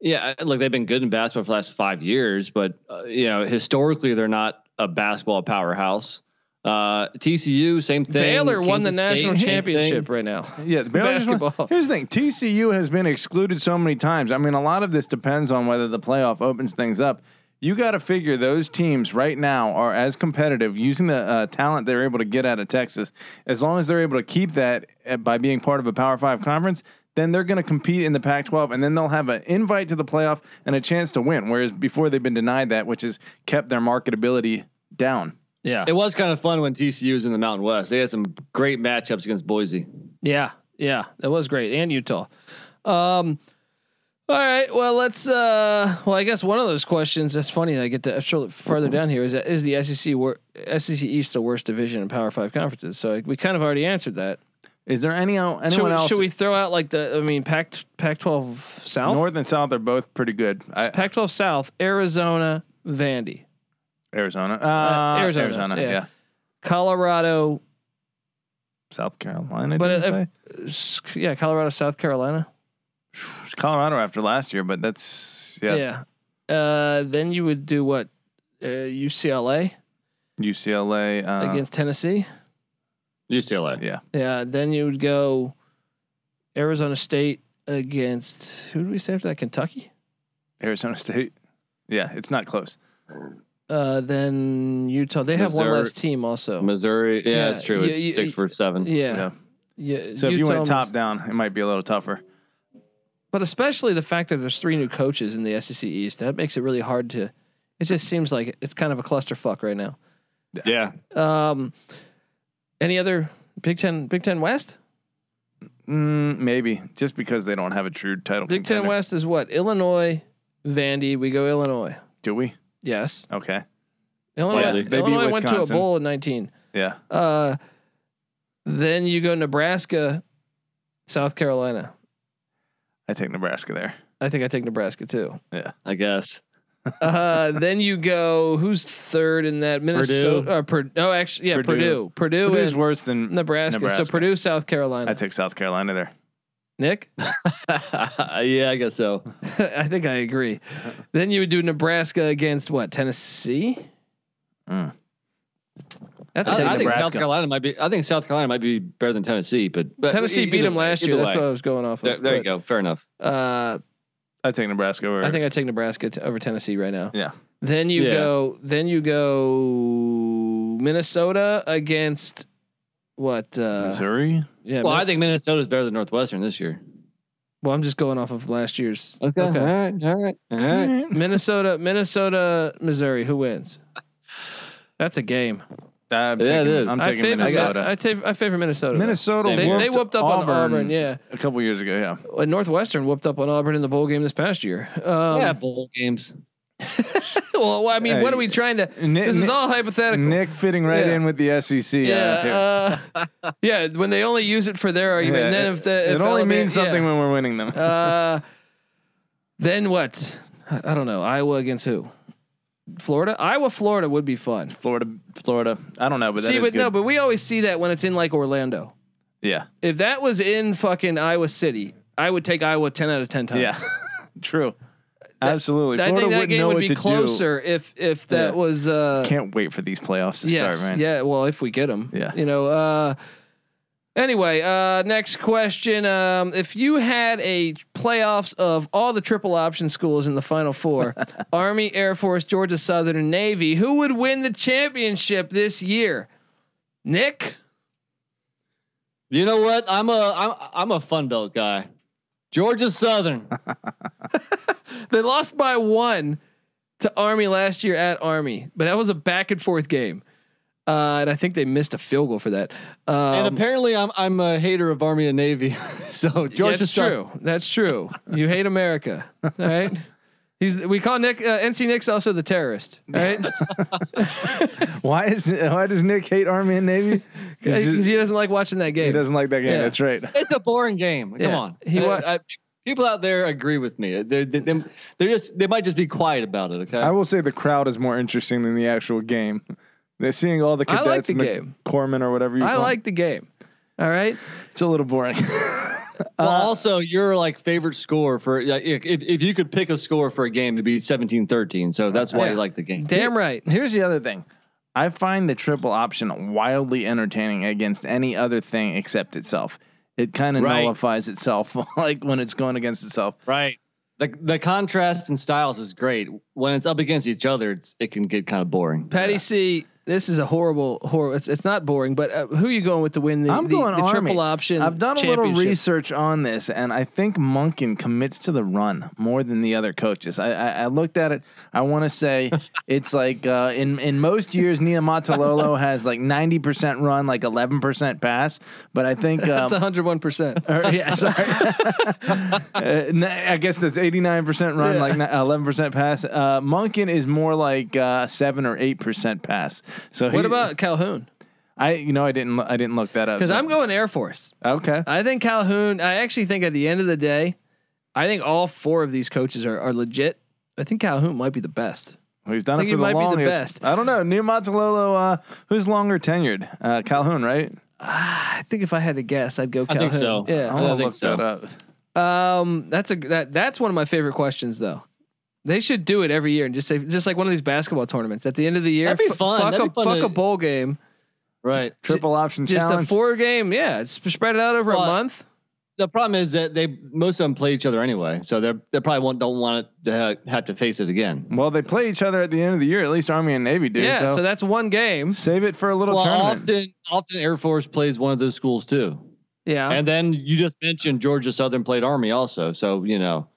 Speaker 4: yeah, look, they've been good in basketball for the last five years, but uh, you know historically they're not a basketball powerhouse. Uh, TCU, same thing.
Speaker 1: Baylor won the
Speaker 4: Kansas State,
Speaker 1: national
Speaker 4: same
Speaker 1: championship
Speaker 4: thing.
Speaker 1: right now.
Speaker 3: yeah, the Baylor just won-
Speaker 1: basketball.
Speaker 3: Here's the thing: TCU has been excluded so many times. I mean, a lot of this depends on whether the playoff opens things up. You got to figure those teams right now are as competitive using the uh, talent they're able to get out of Texas. As long as they're able to keep that uh, by being part of a Power Five conference, then they're going to compete in the Pac-12, and then they'll have an invite to the playoff and a chance to win. Whereas before they've been denied that, which has kept their marketability down.
Speaker 1: Yeah,
Speaker 4: It was kind of fun when TCU was in the Mountain West. They had some great matchups against Boise.
Speaker 1: Yeah, yeah, that was great, and Utah. Um, All right. Well, let's. uh Well, I guess one of those questions. That's funny. that I get to actually further down here. Is that is the SEC wor- SEC East the worst division in Power Five conferences? So like, we kind of already answered that.
Speaker 3: Is there any anyone
Speaker 1: Should we,
Speaker 3: else?
Speaker 1: should we throw out like the? I mean, Pac Pac twelve South.
Speaker 3: North and South are both pretty good. I,
Speaker 1: Pac twelve South. Arizona. Vandy.
Speaker 3: Arizona, uh,
Speaker 1: Uh, Arizona,
Speaker 3: Arizona,
Speaker 1: yeah.
Speaker 3: yeah.
Speaker 1: Colorado.
Speaker 3: South Carolina.
Speaker 1: But
Speaker 3: But
Speaker 1: if- s- Yeah, Colorado. South Carolina.
Speaker 3: Colorado after last year, but that's yeah,
Speaker 1: Yeah. Uh, then you would do what? Uh, UCLA
Speaker 3: Uh-huh. UCLA uh,
Speaker 1: against Tennessee.
Speaker 4: UCLA.
Speaker 3: Yeah,
Speaker 1: Yeah, then you would go Arizona State against who did we say after that? Kentucky.
Speaker 3: Arizona State. Yeah, it's not close.
Speaker 1: Uh, then Utah. They have one
Speaker 4: Missouri.
Speaker 1: less team also.
Speaker 4: Missouri. Yeah,
Speaker 1: Yeah,
Speaker 4: that's true.
Speaker 1: you-
Speaker 4: It's
Speaker 1: you-
Speaker 4: six for seven.
Speaker 1: Yeah,
Speaker 3: Yeah.
Speaker 1: yeah.
Speaker 3: So if you
Speaker 1: Utah,
Speaker 3: went top
Speaker 1: Miss-
Speaker 3: down, it might be a little tougher.
Speaker 1: but especially the fact that there's three new coaches in the SEC East, that makes it really hard to. It just seems like it's kind of a clusterfuck right now.
Speaker 4: Yeah.
Speaker 1: Um, any other Big Ten? Big Ten West.
Speaker 3: Mm, maybe just because they don't have a true title.
Speaker 1: Big Ten
Speaker 3: contender.
Speaker 1: West is what Illinois, Vandy. We go Illinois.
Speaker 3: Do we?
Speaker 1: Yes,
Speaker 3: Okay.
Speaker 1: Illinois.
Speaker 4: Slightly.
Speaker 3: They beat
Speaker 1: Illinois went to a
Speaker 3: Wisconsin.
Speaker 1: bowl in 19.
Speaker 3: Yeah.
Speaker 1: Uh, then you go Nebraska, South Carolina.
Speaker 3: I take Nebraska there.
Speaker 1: I think I take Nebraska too.
Speaker 4: I guess.
Speaker 1: Uh, then you go who's third in that Minnesota? Or Purdue? Oh, actually, yeah, Purdue.
Speaker 3: Purdue.
Speaker 1: Purdue,
Speaker 3: Purdue's
Speaker 1: and
Speaker 3: worse than
Speaker 1: Nebraska. So
Speaker 3: Nebraska.
Speaker 1: Purdue, South Carolina.
Speaker 3: I took South Carolina there.
Speaker 1: Nick,
Speaker 4: yeah, I guess so.
Speaker 1: I think I agree.
Speaker 3: Uh-huh.
Speaker 1: Then you would do Nebraska against what? Tennessee.
Speaker 3: Mm.
Speaker 1: That's
Speaker 4: I,
Speaker 1: a
Speaker 3: take
Speaker 4: I think
Speaker 3: Nebraska.
Speaker 4: South Carolina might be. I think South Carolina might be better than Tennessee, but, but
Speaker 1: Tennessee
Speaker 4: e-
Speaker 1: beat
Speaker 4: either-
Speaker 1: them last
Speaker 4: either
Speaker 1: year. That's
Speaker 4: way.
Speaker 1: what I was going off
Speaker 4: There,
Speaker 1: of.
Speaker 4: there you go. Fair enough.
Speaker 1: go. Uh,
Speaker 3: I take Nebraska over.
Speaker 1: I think I take Nebraska t- over Tennessee right now.
Speaker 3: Yeah.
Speaker 1: Then you
Speaker 4: Yeah.
Speaker 1: go. Then you go Minnesota against what? Uh,
Speaker 3: Missouri.
Speaker 1: Yeah.
Speaker 4: well,
Speaker 1: Min-
Speaker 4: I think Minnesota's better than Northwestern this year.
Speaker 1: well, I'm just going off of last year's.
Speaker 4: right. All right. All
Speaker 1: Mm-hmm.
Speaker 4: right.
Speaker 1: Minnesota, Minnesota, Missouri. Who wins? That's a game.
Speaker 3: I'm
Speaker 4: Yeah, it
Speaker 3: taking,
Speaker 4: is.
Speaker 3: I'm
Speaker 1: I
Speaker 3: taking
Speaker 1: favor,
Speaker 3: Minnesota.
Speaker 1: I, I, ta- I favor Minnesota. though.
Speaker 3: Minnesota
Speaker 4: Same
Speaker 1: They,
Speaker 4: here.
Speaker 1: they whooped up on Auburn. Yeah.
Speaker 3: a couple years ago. Yeah,
Speaker 1: And Northwestern whooped up on Auburn in the bowl game this past year. Um,
Speaker 4: yeah, bowl games.
Speaker 1: Well, I mean, what are we
Speaker 3: Hey.
Speaker 1: trying to?
Speaker 3: Nick,
Speaker 1: This is all hypothetical.
Speaker 3: Nick fitting right
Speaker 1: Yeah.
Speaker 3: in with the SEC. uh, here.
Speaker 1: Yeah, uh, yeah. When they only use it for their argument,
Speaker 3: Yeah,
Speaker 1: and then if the
Speaker 3: it
Speaker 1: if
Speaker 3: only
Speaker 1: Alabama-
Speaker 3: means something
Speaker 1: yeah.
Speaker 3: when we're winning them.
Speaker 1: Uh, then what? I I don't know. Iowa against who? Florida. Iowa, Florida would be fun.
Speaker 3: Florida, Florida. I don't know, but
Speaker 1: see,
Speaker 3: that is
Speaker 1: but
Speaker 3: good.
Speaker 1: no, but we always see that when it's in like Orlando.
Speaker 3: yeah,
Speaker 1: If that was in fucking Iowa City, I would take Iowa ten out of ten times.
Speaker 3: yeah, true. Absolutely.
Speaker 1: I
Speaker 3: Florida
Speaker 1: think that
Speaker 3: wouldn't know
Speaker 1: game would
Speaker 3: what
Speaker 1: be
Speaker 3: to do.
Speaker 1: closer if if that
Speaker 3: Yeah.
Speaker 1: was. Uh,
Speaker 3: Can't wait for these playoffs to
Speaker 1: yes.
Speaker 3: start, man.
Speaker 1: Yeah. Well, if we get them.
Speaker 3: Yeah.
Speaker 1: You know. Uh, anyway, uh, next question. Um, if you had a playoffs of all the triple option schools in the Final Four, Army, Air Force, Georgia Southern, and Navy, who would win the championship this year? Nick.
Speaker 4: You know what? I'm a I'm I'm a Fun Belt guy. Georgia Southern.
Speaker 1: They lost by one to Army last year at Army, but that was a back and forth game. Uh, and I think they missed a field goal for that. Um,
Speaker 4: and apparently, I'm I'm a hater of Army and Navy. so Georgia
Speaker 1: That's
Speaker 4: Southern.
Speaker 1: true. That's true. You hate America, all right? He's we call Nick uh, NC Nick's also the terrorist, all right?
Speaker 3: Why is why does Nick hate Army and Navy?
Speaker 1: Because
Speaker 3: He's just-
Speaker 1: he doesn't like watching that game.
Speaker 3: he doesn't like that game.
Speaker 1: Yeah.
Speaker 3: That's right.
Speaker 4: It's a boring game. Come
Speaker 1: Yeah.
Speaker 4: on.
Speaker 1: He
Speaker 4: I-
Speaker 1: wa-
Speaker 4: I- people out there agree with me. They're, they they're they're just they might just be quiet about it. Okay.
Speaker 3: I will say the crowd is more interesting than the actual game. They're seeing all the
Speaker 1: I
Speaker 3: cadets
Speaker 1: like the
Speaker 3: and the
Speaker 1: game.
Speaker 3: corpsmen or whatever you
Speaker 1: I
Speaker 3: call 'em.
Speaker 1: like the game. All right.
Speaker 3: It's a little boring.
Speaker 4: well,
Speaker 3: Uh,
Speaker 4: also, your like favorite score for like, if if if you could pick a score for a game, it'd be 17-13. So that's why
Speaker 1: Yeah.
Speaker 4: you like the game.
Speaker 1: Damn right.
Speaker 3: Here's the other thing. I find the triple option wildly entertaining against any other thing except itself. It kind of
Speaker 4: Right.
Speaker 3: nullifies itself, like when it's going against itself.
Speaker 4: Right. The the contrast in styles is great. When it's up against each other, it's, it can get kind of boring.
Speaker 1: Patty C This is a horrible, horrible. It's, it's not boring, but uh, who are you going with to win the,
Speaker 3: I'm
Speaker 1: the,
Speaker 3: going
Speaker 1: the
Speaker 3: Army.
Speaker 1: triple option?
Speaker 3: I've done a little
Speaker 1: championship?
Speaker 3: research on this, and I think Munkin commits to the run more than the other coaches. I, I, I looked at it. I want to say it's like uh, in in most years, Nia Matalolo has like ninety percent run, like eleven percent pass. But I think um,
Speaker 1: That's 101%.
Speaker 3: or- yeah, sorry. Uh, n- I guess that's eighty nine percent run,
Speaker 1: Yeah.
Speaker 3: like eleven percent pass. Uh, Munkin is more like uh, seven or eight percent pass. So
Speaker 1: What
Speaker 3: he-
Speaker 1: about Calhoun?
Speaker 3: I? You know, I didn't I didn't look that up
Speaker 1: Because
Speaker 3: so-
Speaker 1: I'm going Air Force.
Speaker 3: okay.
Speaker 1: I think Calhoun. I actually think at the end of the day, I think all four of these coaches are, are legit. I think Calhoun might be the best.
Speaker 3: Well, He's done
Speaker 1: I think
Speaker 3: it for
Speaker 1: he
Speaker 3: the
Speaker 1: might be
Speaker 3: longest.
Speaker 1: the best.
Speaker 3: I don't know. Neil Mazzololo, uh, who's longer tenured? Uh, Calhoun, right?
Speaker 1: I think if I had to guess, I'd go
Speaker 4: I
Speaker 1: Calhoun.
Speaker 4: think so.
Speaker 1: Yeah.
Speaker 4: I
Speaker 3: wanna
Speaker 4: think so.
Speaker 3: that up.
Speaker 1: Um. That's a that that's one of my favorite questions though. They should do it every year and just say just like one of these basketball tournaments at the end of the year.
Speaker 4: That'd be
Speaker 1: fu-
Speaker 4: fun.
Speaker 1: Fuck,
Speaker 4: That'd
Speaker 1: a,
Speaker 4: be fun
Speaker 1: fuck
Speaker 4: to-
Speaker 1: a bowl game.
Speaker 4: Right.
Speaker 3: Triple option
Speaker 1: Just a
Speaker 3: challenge.
Speaker 1: four game. Yeah. Just spread it out over a
Speaker 4: Well,
Speaker 1: month.
Speaker 4: The problem is that they most of them play each other anyway, so they they probably won't don't want it to ha- have to face it again.
Speaker 3: well, they play each other at the end of the year. At least Army and Navy do.
Speaker 1: yeah. So,
Speaker 3: so,
Speaker 1: that's one game.
Speaker 3: save it for a little
Speaker 4: Well,
Speaker 3: tournament.
Speaker 4: often often Air Force plays one of those schools too,
Speaker 1: Yeah.
Speaker 4: and then you just mentioned Georgia Southern played Army also, so you know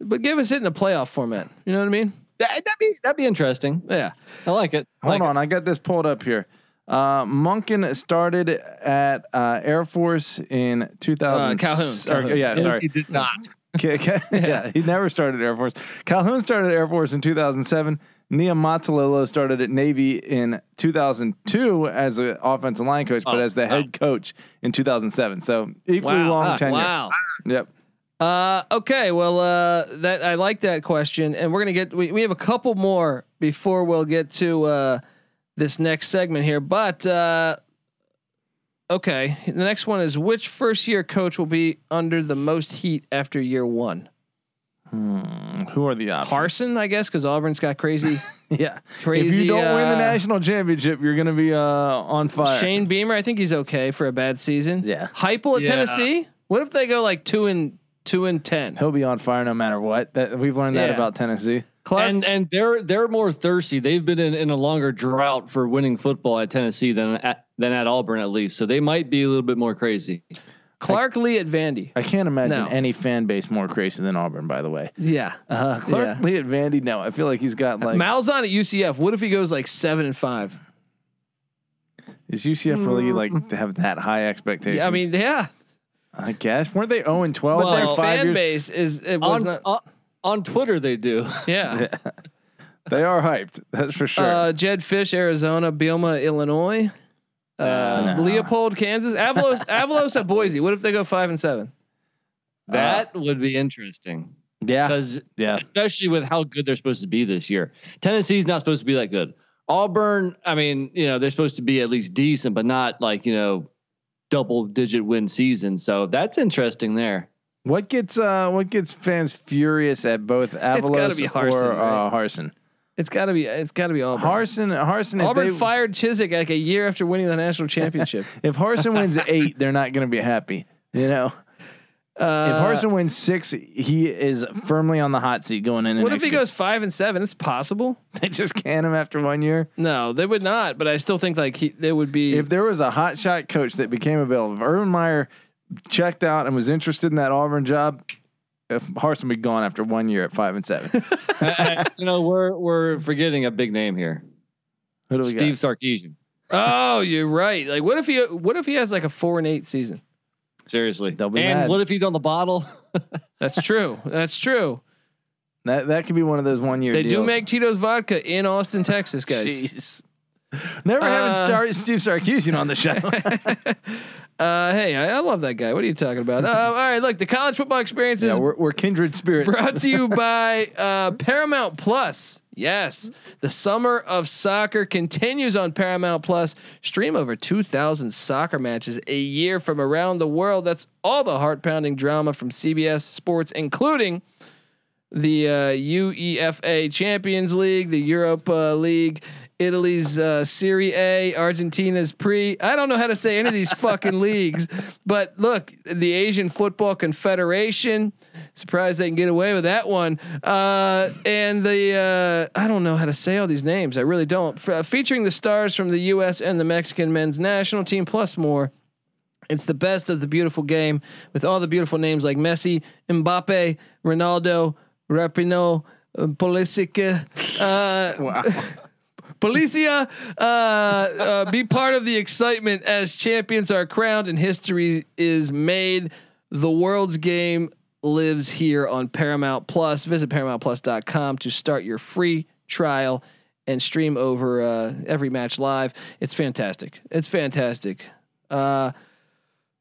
Speaker 1: but give us it in a playoff format. You know what I mean?
Speaker 4: that that'd be that'd be interesting.
Speaker 1: Yeah.
Speaker 4: I like it. I
Speaker 3: Hold
Speaker 4: like
Speaker 3: on, I got this pulled up here. Uh, Munkin started at uh, Air Force in 2000.
Speaker 1: Uh, Calhoun, Calhoun.
Speaker 3: yeah,
Speaker 4: it.
Speaker 3: sorry.
Speaker 4: He did not.
Speaker 3: Okay, okay. yeah, he never started Air Force. Calhoun started Air Force in 2007. Nia Matalolo started at Navy in 2002 as an offensive line coach, but
Speaker 4: Oh,
Speaker 3: as the head coach in 2007. So equally
Speaker 1: Wow.
Speaker 3: long
Speaker 4: Ah,
Speaker 3: tenure.
Speaker 1: Wow.
Speaker 3: Yep.
Speaker 1: Uh, okay, well, uh, that I like that question, and we're gonna get we, we have a couple more before we'll get to uh, this next segment here. But uh, okay, the next one is which first year coach will be under the most heat after year one?
Speaker 3: Who are the options?
Speaker 1: Parson, I guess, because Auburn's got crazy,
Speaker 3: Yeah.
Speaker 1: crazy.
Speaker 3: if you don't win the
Speaker 1: uh,
Speaker 3: national championship, you're going to be uh, on fire.
Speaker 1: Shane Beamer, I think he's okay for a bad season.
Speaker 3: Yeah.
Speaker 1: Heupel at
Speaker 4: Yeah.
Speaker 1: Tennessee. What if they go like two and two and ten?
Speaker 3: He'll be on fire no matter what. That we've learned that
Speaker 1: Yeah.
Speaker 3: about Tennessee.
Speaker 1: Clark,
Speaker 4: And and they're they're more thirsty. They've been in, in a longer drought for winning football at Tennessee than at than at Auburn at least. So they might be a little bit more crazy.
Speaker 1: Clark Lee at Vandy.
Speaker 3: I can't imagine
Speaker 1: No.
Speaker 3: any fan base more crazy than Auburn. By the way,
Speaker 1: Yeah.
Speaker 3: uh, Clark
Speaker 1: Uh-huh. Yeah.
Speaker 3: Lee at Vandy. No, I feel like he's got like
Speaker 1: Malzahn at UCF. What if he goes like seven and five?
Speaker 3: Is UCF really like to have that high expectations?
Speaker 1: Yeah, I mean, yeah,
Speaker 3: I guess weren't they zero and twelve?
Speaker 1: but
Speaker 3: Well,
Speaker 1: their
Speaker 3: five
Speaker 1: fan
Speaker 3: years.
Speaker 1: base is it was
Speaker 4: On,
Speaker 1: not.
Speaker 4: on on Twitter they do.
Speaker 1: Yeah,
Speaker 3: They are hyped. That's for sure.
Speaker 1: uh, Jed Fish, Arizona. Bielma, Illinois. Uh,
Speaker 3: No.
Speaker 1: Leopold, Kansas. Avalos, Avalos at Boise. What if they go five and seven?
Speaker 4: That would be interesting
Speaker 3: yeah,
Speaker 4: because
Speaker 3: yeah.
Speaker 4: especially with how good they're supposed to be this year. Tennessee's not supposed to be that good. Auburn, I mean, you know, they're supposed to be at least decent, but not like you know, double digit win season. So that's interesting there.
Speaker 3: What gets uh, what gets fans furious at both
Speaker 1: gotta
Speaker 3: Avalos
Speaker 1: be Harsin,
Speaker 3: or
Speaker 1: right?
Speaker 3: uh, Harson?
Speaker 1: It's got to be. It's got to be Auburn.
Speaker 3: Harson, Harson. If,
Speaker 1: Auburn
Speaker 3: they,
Speaker 1: fired Chiswick like a year after winning the national championship.
Speaker 3: if Harson wins eight, they're not going to be happy. You know,
Speaker 1: Uh,
Speaker 3: if Harson wins six, he is firmly on the hot seat going in.
Speaker 1: what if he goes five and seven? It's possible.
Speaker 3: They just can him after one year.
Speaker 1: No, they would not. But I still think like he, they would be.
Speaker 3: if there was a hot shot coach that became available, if Urban Meyer checked out and was interested in that Auburn job, if Harson would be gone after one year at five and seven.
Speaker 4: you know, we're we're forgetting a big name here,
Speaker 3: Who do we
Speaker 4: Steve Sarkeesian.
Speaker 1: oh, you're right. Like, what if he? What if he has like a four and eight season?
Speaker 4: Seriously,
Speaker 3: They'll
Speaker 4: and
Speaker 3: be mad.
Speaker 4: what if he's on the bottle?
Speaker 1: That's true. That's true.
Speaker 3: got? That that could be one of those one year.
Speaker 1: They do
Speaker 3: deals.
Speaker 1: make Tito's vodka in Austin, Texas, guys.
Speaker 3: Jeez. Never having
Speaker 1: Uh,
Speaker 3: star- Steve Sarkeesian on the show.
Speaker 1: Uh, hey, I, I love that guy. What are you talking about? Uh, all right, look, the college football experience
Speaker 3: yeah,
Speaker 1: is
Speaker 3: we're, we're kindred spirits.
Speaker 1: brought to you by uh, Paramount Plus. Yes, the summer of soccer continues on Paramount Plus. Stream over 2,000 soccer matches a year from around the world. That's all the heart pounding drama from CBS Sports, including the uh, UEFA Champions League, the Europa League, Italy's uh, Serie A, Argentina's Pre. I don't know how to say any of these fucking leagues, but look, the Asian Football Confederation. Surprised they can get away with that one. Uh, and the uh, I don't know how to say all these names. I really don't. F- uh, featuring the stars from the U.S. and the Mexican men's national team, plus more. It's the best of the beautiful game with all the beautiful names like Messi, Mbappe, Ronaldo, Rapinoe, uh, Pulisic, uh,
Speaker 3: Wow.
Speaker 1: Policia, uh, uh, be part of the excitement as champions are crowned and history is made. The world's game lives here on Paramount Plus. Visit ParamountPlus.com to start your free trial and stream over uh, every match live. It's fantastic. It's fantastic. Uh,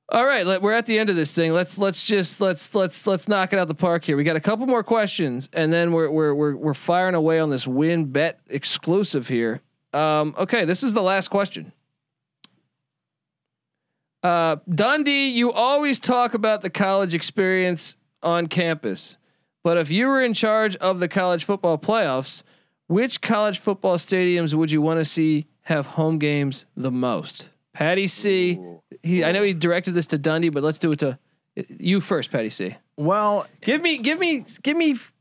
Speaker 1: all right, let, we're at the end of this thing. Let's let's just let's let's let's knock it out the park here. We got a couple more questions, and then we're we're we're we're firing away on this win bet exclusive here. Um, okay, this is the last question. Uh, Dundee, you always talk about the college experience on campus, but if you were in charge of the college football playoffs, which college football stadiums would you want to see have home games the most? Patty C he I know he directed this to Dundee, but let's do it to you first, Patty C.
Speaker 3: Well,
Speaker 1: Give me give me give me f-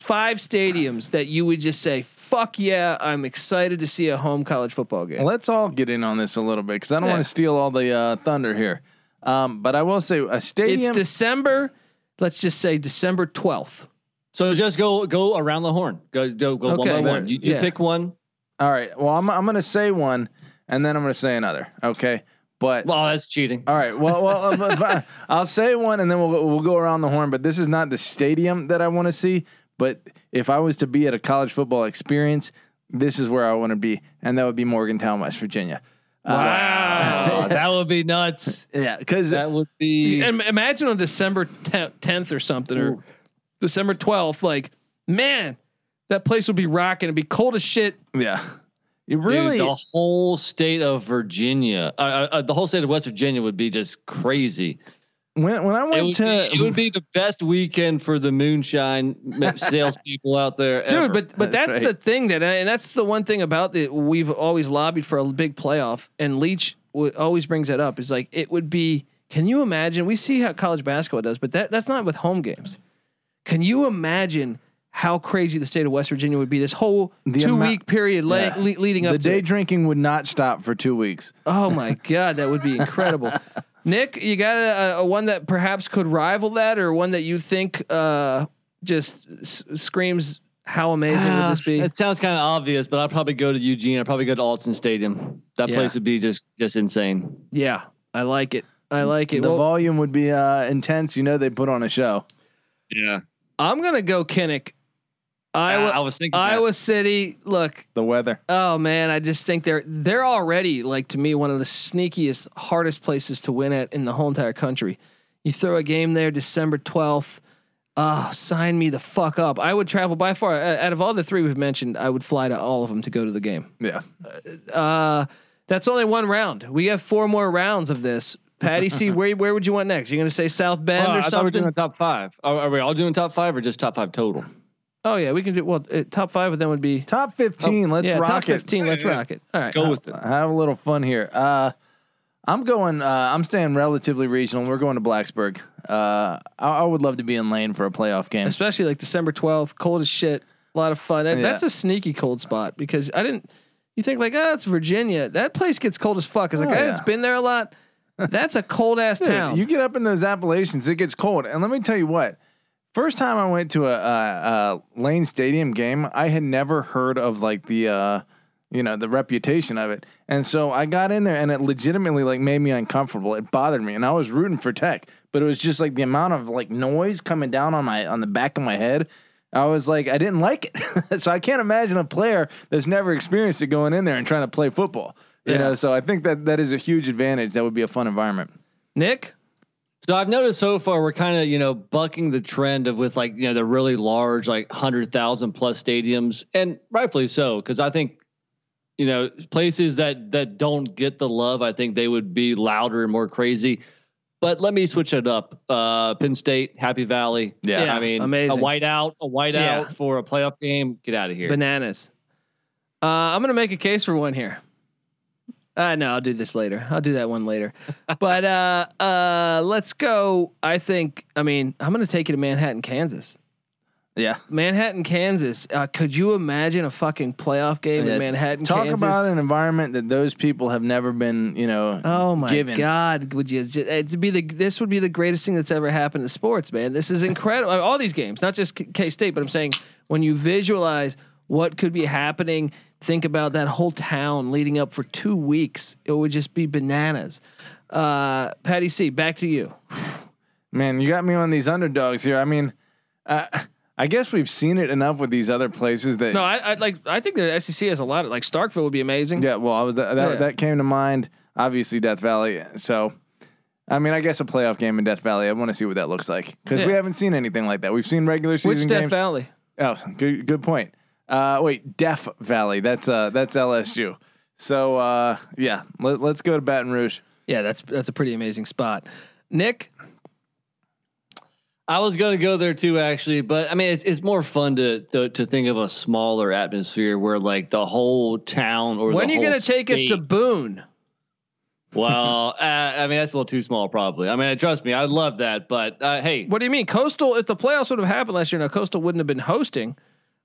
Speaker 1: five stadiums that you would just say, fuck yeah, I'm excited to see a home college football game.
Speaker 3: let's all get in on this a little bit because I don't
Speaker 1: Yeah.
Speaker 3: want to steal all the uh, thunder here. Um, but I will say a
Speaker 1: It's
Speaker 3: stadium.
Speaker 1: December, let's just say December twelfth.
Speaker 4: So just go go around the horn. Go go go
Speaker 1: Okay.
Speaker 4: one by one. You, you
Speaker 1: Yeah.
Speaker 4: pick one.
Speaker 3: all right. Well, I'm I'm gonna say one, and then I'm gonna say another. Okay. But
Speaker 4: Well, that's cheating.
Speaker 3: All right. Well, well, uh, but- but I'll say one, and then we'll we'll go around the horn. But this is not the stadium that I want to see. But if I was to be at a college football experience, this is where I want to be, and that would be Morgantown, West Virginia.
Speaker 4: Wow, that would be nuts.
Speaker 3: Yeah, because
Speaker 4: That would be.
Speaker 1: And imagine on December tenth or something or December twelfth, like, man, that place would be rocking. It'd be cold as shit.
Speaker 3: yeah, you
Speaker 4: Dude,
Speaker 3: really
Speaker 4: the whole state of Virginia, uh, uh, uh, the whole state of West Virginia would be just crazy.
Speaker 3: when when I
Speaker 4: It
Speaker 3: went
Speaker 4: would,
Speaker 3: to
Speaker 4: be, it would be the best weekend for the moonshine ma- salespeople out there, ever.
Speaker 1: dude but but that's,
Speaker 3: That's
Speaker 1: the thing that and that's the one thing about that we've always lobbied for a big playoff and leach w- always brings that up is like it would be can you imagine we see how college basketball does but that that's not with home games can you imagine how crazy the state of west virginia would be this whole
Speaker 3: The
Speaker 1: two
Speaker 3: amou-
Speaker 1: week period le-
Speaker 3: Yeah.
Speaker 1: le- leading up
Speaker 3: the
Speaker 1: to
Speaker 3: day
Speaker 1: it.
Speaker 3: drinking would not stop for two weeks.
Speaker 1: oh my god that would be incredible nick you got a, a one that perhaps could rival that or one that you think uh just s- screams how amazing would this be
Speaker 4: Ah, It sounds kind of obvious, but I'd probably go to Eugene. I'd probably go to Alton Stadium. That
Speaker 1: Yeah.
Speaker 4: place would be just just insane.
Speaker 1: Yeah, I like it. I like it.
Speaker 3: the
Speaker 1: Well,
Speaker 3: volume would be uh, intense. You know, they put on a show.
Speaker 4: Yeah,
Speaker 1: I'm gonna go Kinnick, Iowa,
Speaker 4: I was thinking. that.
Speaker 1: Iowa City. Look,
Speaker 3: The weather.
Speaker 1: oh man, I just think they're they're already like to me one of the sneakiest, hardest places to win at in the whole entire country. You throw a game there, December twelfth. Oh, sign me the fuck up! I would travel by far. uh, Out of all the three we've mentioned, I would fly to all of them to go to the game.
Speaker 3: Yeah.
Speaker 1: Uh, that's only one round. We have four more rounds of this. Patty C, where where would you want next? You're gonna say South Bend
Speaker 4: Oh,
Speaker 1: or
Speaker 4: I thought we were
Speaker 1: something?
Speaker 4: doing top five. Are, are we all doing top five or just top five total?
Speaker 1: Oh yeah, we can do well. Uh, top five of them would be
Speaker 3: Top fifteen. let's
Speaker 1: yeah,
Speaker 3: rock
Speaker 1: top
Speaker 3: it.
Speaker 1: fifteen. Let's rock it. All right.
Speaker 4: Go with it.
Speaker 3: have a little fun here. Uh, I'm going. Uh, I'm staying relatively regional. We're going to Blacksburg. Uh, I, I would love to be in Lane for a playoff game.
Speaker 1: Especially like December twelfth, cold as shit. A lot of fun. That,
Speaker 3: Yeah.
Speaker 1: That's a sneaky cold spot because I didn't. You think like, oh, it's Virginia. That place gets cold as fuck. As a
Speaker 3: Oh,
Speaker 1: guy
Speaker 3: yeah.
Speaker 1: that's been there a lot, that's a cold ass
Speaker 3: Dude,
Speaker 1: town.
Speaker 3: You get up in those Appalachians, it gets cold. And let me tell you what. First time I went to a, a, a Lane Stadium game, I had never heard of like the, uh, you know, the reputation of it. And so I got in there, and it legitimately like made me uncomfortable. It bothered me, and I was rooting for Tech, but it was just like the amount of like noise coming down on my on the back of my head. I was like, I didn't like it. so I can't imagine a player that's never experienced it going in there and trying to play football. You
Speaker 1: Yeah.
Speaker 3: know, so I think that that is a huge advantage. That would be a fun environment.
Speaker 1: Nick,
Speaker 4: So I've noticed so far we're kind of you know bucking the trend of with like you know the really large like hundred thousand plus stadiums, and rightfully so because I think you know places that that don't get the love, I think they would be louder and more crazy. But let me switch it up. Uh, Penn State, Happy Valley.
Speaker 1: Yeah,
Speaker 4: I mean,
Speaker 1: amazing.
Speaker 4: a whiteout, a whiteout
Speaker 1: Yeah.
Speaker 4: for a playoff game. Get out of here.
Speaker 1: bananas. Uh, I'm gonna make a case for one here. I know I'll do this later. I'll do that one later. but uh, uh, let's go. I think. I mean, I'm gonna take you to Manhattan, Kansas.
Speaker 3: Yeah.
Speaker 1: Manhattan, Kansas. Uh, could you imagine a fucking playoff game
Speaker 3: Oh, Yeah.
Speaker 1: in Manhattan,
Speaker 3: Talk
Speaker 1: Kansas?
Speaker 3: about an environment that those people have never been, you know,
Speaker 1: Oh my
Speaker 3: given.
Speaker 1: God! Would you? It'd be the this would be the greatest thing that's ever happened to sports, man. This is incredible. I mean, all these games, not just K State, but I'm saying when you visualize what could be happening, think about that whole town leading up for two weeks. It would just be bananas. Uh, Patty C, back to you.
Speaker 3: Man, you got me on these underdogs here. I mean, uh, I guess we've seen it enough with these other places that.
Speaker 1: No, I, I like. I think the SEC has a lot. Of, like Starkville would be amazing.
Speaker 3: Yeah, well, I was that that,
Speaker 1: Yeah.
Speaker 3: that came to mind. Obviously, Death Valley. So, I mean, I guess a playoff game in Death Valley. I want to see what that looks like because
Speaker 1: Yeah.
Speaker 3: we haven't seen anything like that. We've seen regular season
Speaker 1: Which Death
Speaker 3: games.
Speaker 1: Valley?
Speaker 3: Oh, good good point. Uh, wait, Deaf Valley. That's uh, that's LSU. So uh, yeah, let, let's go to Baton Rouge.
Speaker 1: Yeah, that's that's a pretty amazing spot. Nick,
Speaker 4: I was gonna go there too, actually, but I mean, it's it's more fun to to, to think of a smaller atmosphere where like the whole town or
Speaker 1: when are
Speaker 4: the
Speaker 1: you
Speaker 4: whole
Speaker 1: gonna take us to
Speaker 4: state-
Speaker 1: Boone?
Speaker 4: well, uh, I mean, that's a little too small, probably. I mean, trust me, I love that, but uh, hey,
Speaker 1: What do you mean? Coastal, if the playoffs would have happened last year, now Coastal wouldn't have been hosting,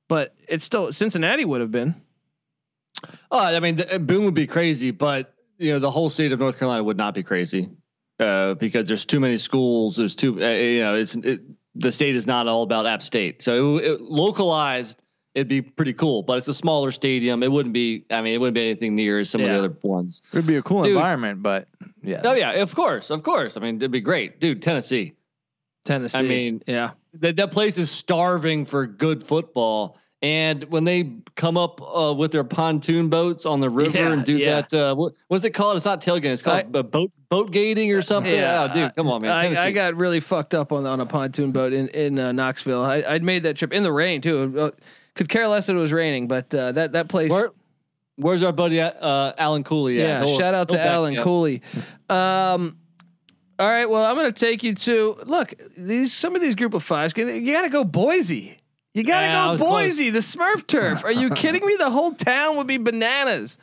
Speaker 1: but it's still Cincinnati would have been.
Speaker 4: oh, I mean, the, Boone would be crazy, but you know, the whole state of North Carolina would not be crazy uh, because there's too many schools. There's too, uh, you know, it's it, the state is not all about App State, so it, it, localized. It'd be pretty cool, but it's a smaller stadium. It wouldn't be. I mean, it wouldn't be anything near as some
Speaker 1: Yeah.
Speaker 4: of the other ones.
Speaker 3: It'd be a cool
Speaker 4: Dude.
Speaker 3: environment, but yeah,
Speaker 4: Oh yeah, of course, of course. I mean, it'd be great, dude. Tennessee,
Speaker 1: Tennessee.
Speaker 4: I mean-
Speaker 1: yeah.
Speaker 4: that that place is starving for good football. And when they come up uh, with their pontoon boats on the river
Speaker 1: Yeah,
Speaker 4: and do
Speaker 1: yeah.
Speaker 4: that, uh, what, what's it called? It's not tailgating. It's called uh, boat boat gating or something.
Speaker 1: Yeah,
Speaker 4: Yeah, dude, come on, man.
Speaker 1: I, I
Speaker 4: Tennessee.
Speaker 1: got really fucked up on on a pontoon boat in in uh, Knoxville. I, I'd made that trip in the rain too. Uh, could care less that it was raining, but uh, that that place.
Speaker 4: Where- where's our buddy uh, Alan Cooley? at?
Speaker 1: yeah,
Speaker 4: He'll-
Speaker 1: shout out to
Speaker 4: he'll back
Speaker 1: Alan
Speaker 4: me up.
Speaker 1: Cooley. Um, all right, well, I'm going to take you to look these some of these group of fives. You got to go Boise. You got to
Speaker 4: Yeah, I
Speaker 1: go
Speaker 4: was
Speaker 1: Boise, the Smurf turf. Are you kidding me? The whole town would be bananas.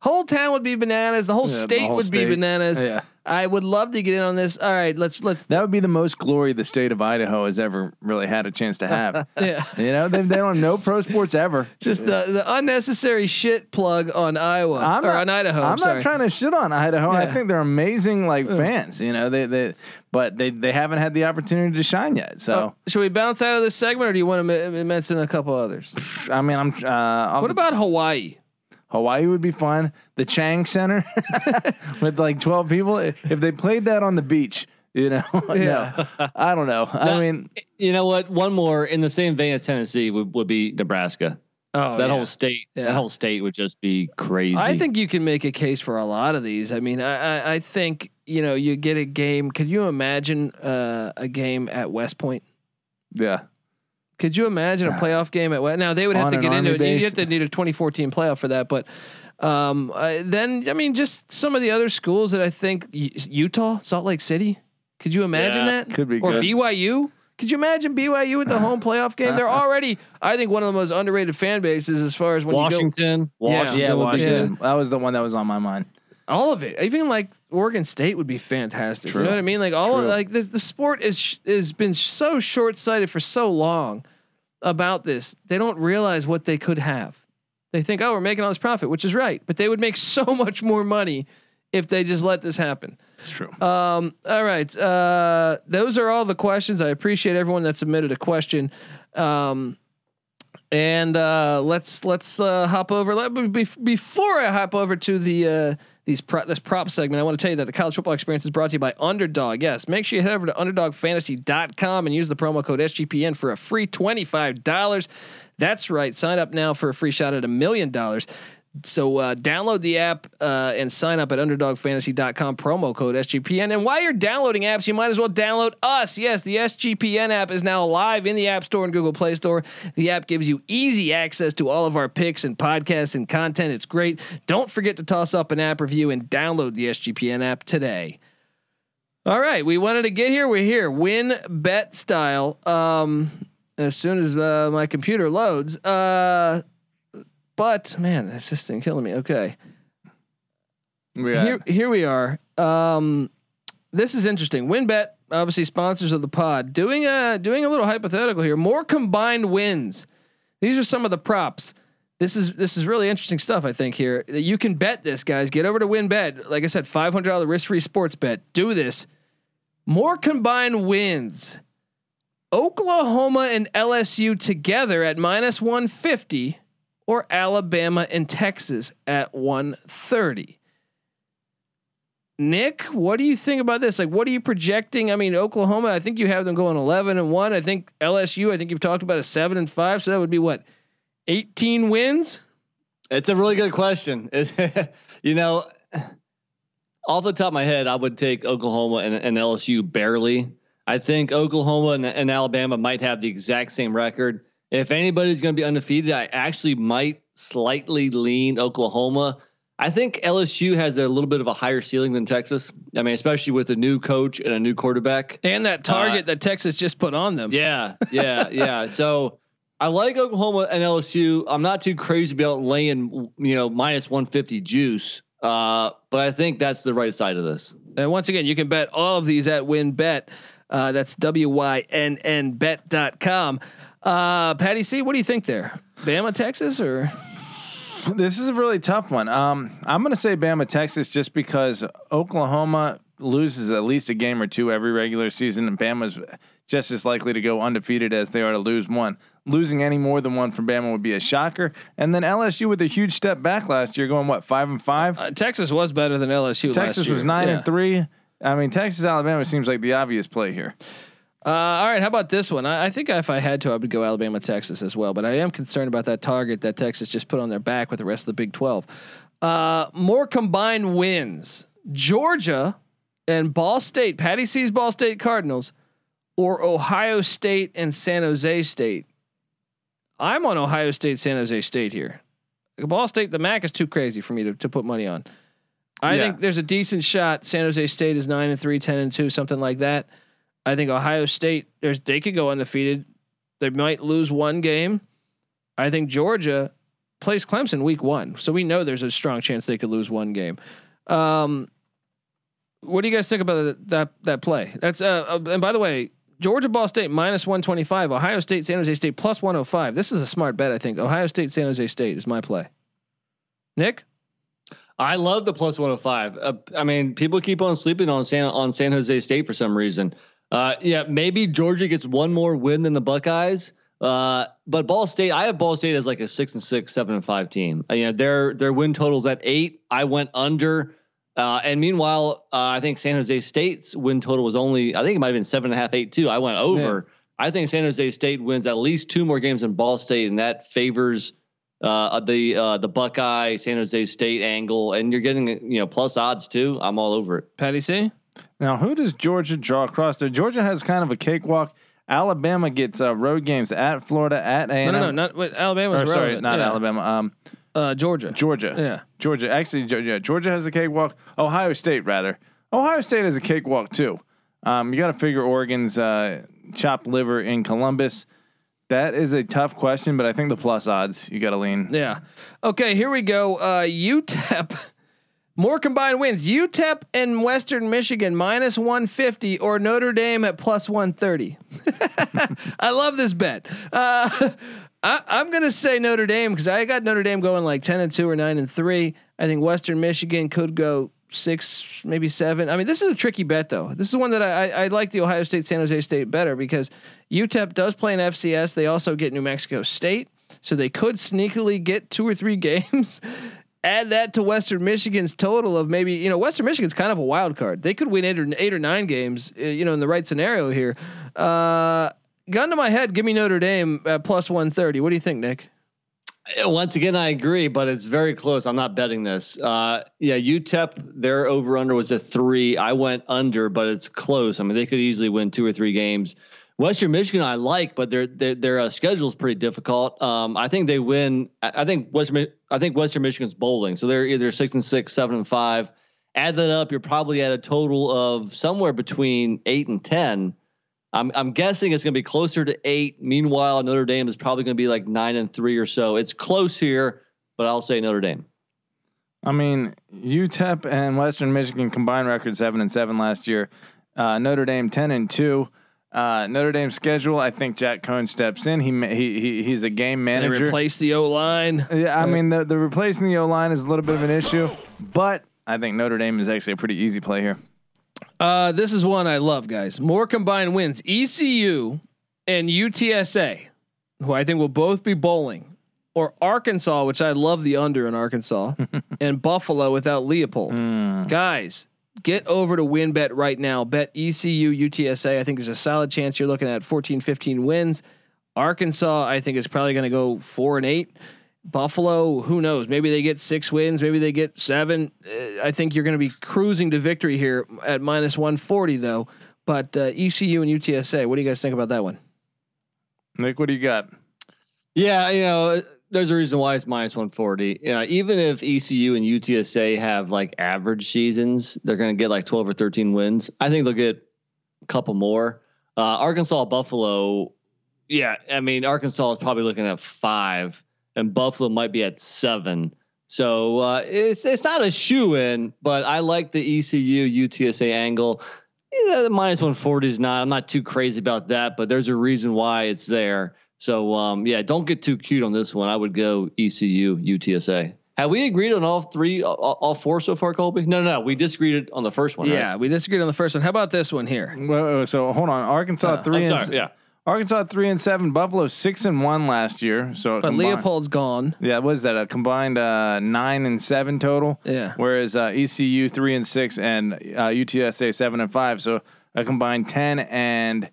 Speaker 1: Whole town would be bananas. The whole
Speaker 3: Yeah, the
Speaker 1: state
Speaker 3: whole
Speaker 1: would
Speaker 3: state.
Speaker 1: be bananas.
Speaker 3: Yeah.
Speaker 1: I would love to get in on this. All right, let's let's
Speaker 3: that would be the most glory the state of Idaho has ever really had a chance to have.
Speaker 1: yeah.
Speaker 3: you know, they, they don't know pro sports ever.
Speaker 1: Just the, the unnecessary shit plug on Iowa
Speaker 3: I'm
Speaker 1: or
Speaker 3: not-
Speaker 1: on Idaho.
Speaker 3: I'm,
Speaker 1: I'm, sorry.
Speaker 3: not trying to shit on Idaho. I
Speaker 1: Yeah.
Speaker 3: think they're amazing, like fans. You know, they they, but they they haven't had the opportunity to shine yet. So
Speaker 1: Should we bounce out of this segment, or do you want to m- mention a couple others?
Speaker 3: I mean, I'm. Uh, off
Speaker 1: What
Speaker 3: the-
Speaker 1: about Hawaii?
Speaker 3: Hawaii would be fun. The Chang Center with like 12 people. If they played that on the beach, you know,
Speaker 1: Yeah.
Speaker 3: no, I don't know. I
Speaker 4: No.
Speaker 3: mean,
Speaker 4: You know what? One more in the same vein as Tennessee would, would be Nebraska.
Speaker 1: Oh,
Speaker 4: that
Speaker 1: yeah.
Speaker 4: whole state,
Speaker 1: Yeah.
Speaker 4: that whole state would just be crazy.
Speaker 1: I think you can make a case for a lot of these. I mean, I I, I think you know you get a game. Could you imagine uh, a game at West Point?
Speaker 3: yeah.
Speaker 1: Could you imagine a playoff game at West? Now they would have
Speaker 3: Ah. On
Speaker 1: to
Speaker 3: an
Speaker 1: get into
Speaker 3: Army
Speaker 1: it. You
Speaker 3: base.
Speaker 1: have to need a 2014 playoff for that, but. Um, I, then I mean, just some of the other schools that I think U- Utah, Salt Lake City. Could you imagine
Speaker 4: Yeah,
Speaker 1: that?
Speaker 3: could be
Speaker 1: or
Speaker 3: good.
Speaker 1: BYU. Could you imagine BYU with the home playoff game? They're already, I think, one of the most underrated fan bases as far as when you go
Speaker 4: Washington, Washington,
Speaker 1: Yeah,
Speaker 3: That would
Speaker 4: would
Speaker 3: be
Speaker 4: be
Speaker 1: Washington.
Speaker 3: good. That was the one that was on my mind.
Speaker 1: all of it. Even like Oregon State would be fantastic. You know
Speaker 3: True.
Speaker 1: what I mean? Like all
Speaker 3: True.
Speaker 1: like the the sport is sh- has been so short sighted for so long about this. They don't realize what they could have. They think, oh, we're making all this profit, which is right, but they would make so much more money if they just let this happen.
Speaker 3: It's true.
Speaker 1: Um, all right. Uh, those are all the questions. I appreciate everyone that submitted a question. Um, and uh, let's let's uh, hop over. Let, be, be- before I hop over to the uh, these pro, this prop segment, I want to tell you that the college football experience is brought to you by Underdog. Yes, make sure you head over to underdogfantasy.com and use the promo code SGPN for a free twenty five dollars. That's right. Sign up now for a free shot at a million dollars. So uh, download the app uh, and sign up at underdogfantasy.com promo code SGPN. And while you're downloading apps, you might as well download us. Yes, the SGPN app is now live in the App Store and Google Play Store. The app gives you easy access to all of our picks and podcasts and content. It's great. Don't forget to toss up an app review and download the SGPN app today. All right, we wanted to get here. We're here. Win bet style. Um, as soon as uh, my computer loads, uh, But man, that's just thing killing me. Okay.
Speaker 3: Yeah.
Speaker 1: Here, here we are. Um, this is interesting. WinBet, obviously sponsors of the pod, doing a doing a little hypothetical here. More combined wins. These are some of the props. This is this is really interesting stuff. I think here that you can bet this, guys. Get over to WinBet. Like I said, five hundred dollar risk free sports bet. Do this. More combined wins. Oklahoma and LSU together at minus one fifty, or Alabama and Texas at one thirty. Nick, what do you think about this? Like, what are you projecting? I mean, Oklahoma, I think you have them going 11 and 1. I think LSU, I think you've talked about a 7 and 5. So that would be what? 18 wins?
Speaker 4: It's a really good question. It- you know, off the top of my head, I would take Oklahoma and, and LSU barely. I think Oklahoma and, and Alabama might have the exact same record. If anybody's going to be undefeated, I actually might slightly lean Oklahoma. I think LSU has a little bit of a higher ceiling than Texas. I mean, especially with a new coach and a new quarterback.
Speaker 1: And that target that Texas just put on them.
Speaker 4: Yeah, yeah, yeah. So I like Oklahoma and LSU. I'm not too crazy about laying, you know, minus 150 juice. Uh, but I think that's the right side of this.
Speaker 1: And once again, you can bet all of these at WinBet. Uh, that's WYNNBet.com. Uh, Patty C, what do you think there? Bama, Texas, or
Speaker 3: This is a really tough one. Um, I'm going to say Bama, Texas, just because Oklahoma loses at least a game or two every regular season, and Bama's just as likely to go undefeated as they are to lose one. Losing any more than one from Bama would be a shocker. And then LSU with a huge step back last year, going what five and five.
Speaker 1: uh, Texas was better than LSU last
Speaker 3: Texas
Speaker 1: year.
Speaker 3: was nine
Speaker 1: Yeah.
Speaker 3: and three. I mean, Texas, Alabama seems like the obvious play here.
Speaker 1: Uh, all right, how about this one? I, I think if I had to, I would go Alabama, Texas as well. But I am concerned about that target that Texas just put on their back with the rest of the Big Twelve. Uh, more combined wins: Georgia and Ball State. Patty sees Ball State Cardinals, or Ohio State and San Jose State. I'm on Ohio State, San Jose State here. Ball State, the MAC is too crazy for me to, to put money on. I
Speaker 3: Yeah.
Speaker 1: think there's a decent shot. San Jose State is nine and three, 10 and two, something like that. I think Ohio State, there's they could go undefeated. They might lose one game. I think Georgia plays Clemson week one, so we know there's a strong chance they could lose one game. Um, what do you guys think about that that, that play? That's uh, uh, and by the way, Georgia Ball State minus one twenty five, Ohio State San Jose State plus one hundred five. This is a smart bet, I think. Ohio State San Jose State is my play. Nick,
Speaker 4: I love the plus 105. Uh, I mean, people keep on sleeping on San on San Jose State for some reason. Uh, yeah, maybe Georgia gets one more win than the Buckeyes. Uh, but Ball State, I have Ball State as like a six and six, seven and five team. Uh, you know, their their win totals at eight. I went under. Uh, and meanwhile, uh, I think San Jose State's win total was only I think it might have been seven and a half, eight two. I went over. I think San Jose State wins at least two more games than Ball State, and that favors uh, the uh, the Buckeye San Jose State angle, and you're getting you know plus odds too. I'm all over it.
Speaker 1: Patty C.
Speaker 3: Now, who does Georgia draw across there? Georgia has kind of a cakewalk. Alabama gets uh, road games at Florida, at A&M.
Speaker 1: No, no, no, not wait, Alabama's
Speaker 3: or, sorry,
Speaker 1: relevant.
Speaker 3: not
Speaker 1: Yeah.
Speaker 3: Alabama. Um,
Speaker 1: Uh, Georgia.
Speaker 3: Georgia.
Speaker 1: Yeah.
Speaker 3: Georgia. Actually, Georgia. Georgia has a cakewalk. Ohio State, rather. Ohio State has a cakewalk too. Um, you got to figure Oregon's uh, chopped liver in Columbus. That is a tough question, but I think the plus odds you got to lean.
Speaker 1: Yeah. Okay, here we go. Uh UTEP. More combined wins. UTEP and Western Michigan minus 150 or Notre Dame at plus 130. I love this bet. Uh, I, I'm going to say Notre Dame because I got Notre Dame going like 10 and 2 or 9 and 3. I think Western Michigan could go six, maybe seven. I mean, this is a tricky bet, though. This is one that I, I, I like the Ohio State San Jose State better because UTEP does play in FCS. They also get New Mexico State. So they could sneakily get two or three games. Add that to Western Michigan's total of maybe you know Western Michigan's kind of a wild card. They could win eight or eight or nine games, uh, you know, in the right scenario here. Uh, gun to my head, give me Notre Dame at plus one thirty. What do you think, Nick?
Speaker 4: Once again, I agree, but it's very close. I'm not betting this. Uh, yeah, UTEP, their over under was a three. I went under, but it's close. I mean, they could easily win two or three games. Western Michigan, I like, but their their their uh, schedule is pretty difficult. Um, I think they win. I I think Western. Mi- I think Western Michigan's bowling, so they're either six and six, seven and five. Add that up, you're probably at a total of somewhere between eight and ten. I'm I'm guessing it's going to be closer to eight. Meanwhile, Notre Dame is probably going to be like nine and three or so. It's close here, but I'll say Notre Dame.
Speaker 3: I mean, UTEP and Western Michigan combined record seven and seven last year. Uh, Notre Dame ten and two. Uh, Notre Dame schedule. I think Jack Cohn steps in. He ma- he, he he's a game
Speaker 1: They
Speaker 3: manager.
Speaker 1: replace the O line.
Speaker 3: yeah, I mean the, the replacing the O line is a little bit of an issue, but I think Notre Dame is actually a pretty easy play here.
Speaker 1: Uh, this is one I love, guys. More combined wins. ECU and UTSA, who I think will both be bowling, or Arkansas, which I love the under in Arkansas, and Buffalo without Leopold. Guys, get over to WinBet right now. Bet E ECU UTSA. I think there's a solid chance you're looking at 14, 15 wins. Arkansas, I think, is probably going to go four and eight. Buffalo, who knows? Maybe they get six wins. Maybe they get seven. Uh, I think you're going to be cruising to victory here at minus 140, though. But uh, ECU and UTSA, what do you guys think about that one?
Speaker 3: Nick, what do you got?
Speaker 4: Yeah, you know, there's a reason why it's minus 140. You know, even if ECU and UTSA have like average seasons, they're going to get like 12 or 13 wins. I think they'll get a couple more. Uh, Arkansas, Buffalo. Yeah, I mean, Arkansas is probably looking at five, and Buffalo might be at seven. So uh, it's it's not a shoe in, but I like the E ECU UTSA angle. You know, the minus 140 is not. I'm not too crazy about that, but there's a reason why it's there. So um, yeah, don't get too cute on this one. I would go E ECU UTSA. Have we agreed on all three, all, all four so far, Colby? No, no, we disagreed on the first one.
Speaker 1: Yeah, we disagreed on the first one. How about this one here?
Speaker 3: Well, uh, so hold on. Arkansas
Speaker 4: right?
Speaker 3: three
Speaker 4: I'm
Speaker 3: and
Speaker 4: sorry, yeah.
Speaker 3: Arkansas three and seven. Buffalo six and one last year. So
Speaker 1: But
Speaker 3: combined-
Speaker 1: Leopold's gone.
Speaker 3: Yeah, what is that? A combined uh, nine and seven total.
Speaker 1: Yeah.
Speaker 3: Whereas uh, ECU three and six and uh, UTSA seven and five. So a combined ten and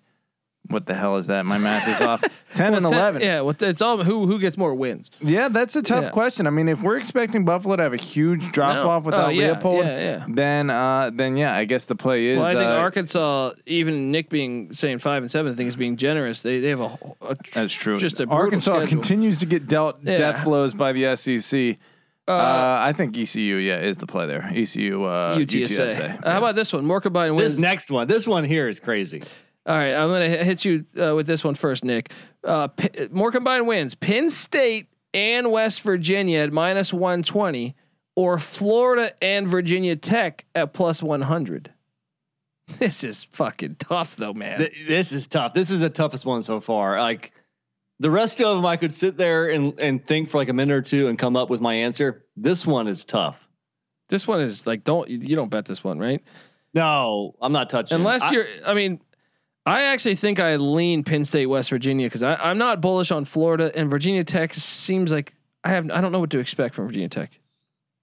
Speaker 3: what the hell is that? My math is off. Ten and
Speaker 1: Well, ten-
Speaker 3: eleven.
Speaker 1: Yeah, well, it's all who who gets more wins.
Speaker 3: Yeah, that's a tough
Speaker 1: Yeah.
Speaker 3: question. I mean, if we're expecting Buffalo to have a huge drop
Speaker 1: No.
Speaker 3: off without
Speaker 1: Oh, yeah,
Speaker 3: Leopold,
Speaker 1: yeah, yeah.
Speaker 3: then uh, then yeah, I guess the play is.
Speaker 1: Well, I think
Speaker 3: uh,
Speaker 1: Arkansas, even Nick being saying five and seven, I think is being generous. They they have a, a tr-
Speaker 3: that's true.
Speaker 1: Just a brutal
Speaker 3: Arkansas
Speaker 1: schedule.
Speaker 3: continues to get dealt
Speaker 1: Yeah.
Speaker 3: death blows by the SEC. Uh, I think ECU, yeah, is the play there. ECU, uh,
Speaker 1: UTSA.
Speaker 3: UTSA.
Speaker 1: Uh, How about this one? More combined wins.
Speaker 4: This next one, this one here is crazy.
Speaker 1: All right, I'm going to hit you uh, with this one first, Nick. Uh, P- more combined wins: Penn State and West Virginia at minus 120, or Florida and Virginia Tech at plus 100. This is fucking tough, though, man.
Speaker 4: Th- this is tough. This is the toughest one so far. Like the rest of them, I could sit there and and think for like a minute or two and come up with my answer. This one is tough.
Speaker 1: this one is like, don't you you don't bet this one, right?
Speaker 4: No, I'm not touching.
Speaker 1: Unless
Speaker 4: I-
Speaker 1: you're, I mean, I actually think I lean Penn State, West Virginia because I'm not bullish on Florida and Virginia Tech seems like I have I don't know what to expect from Virginia Tech.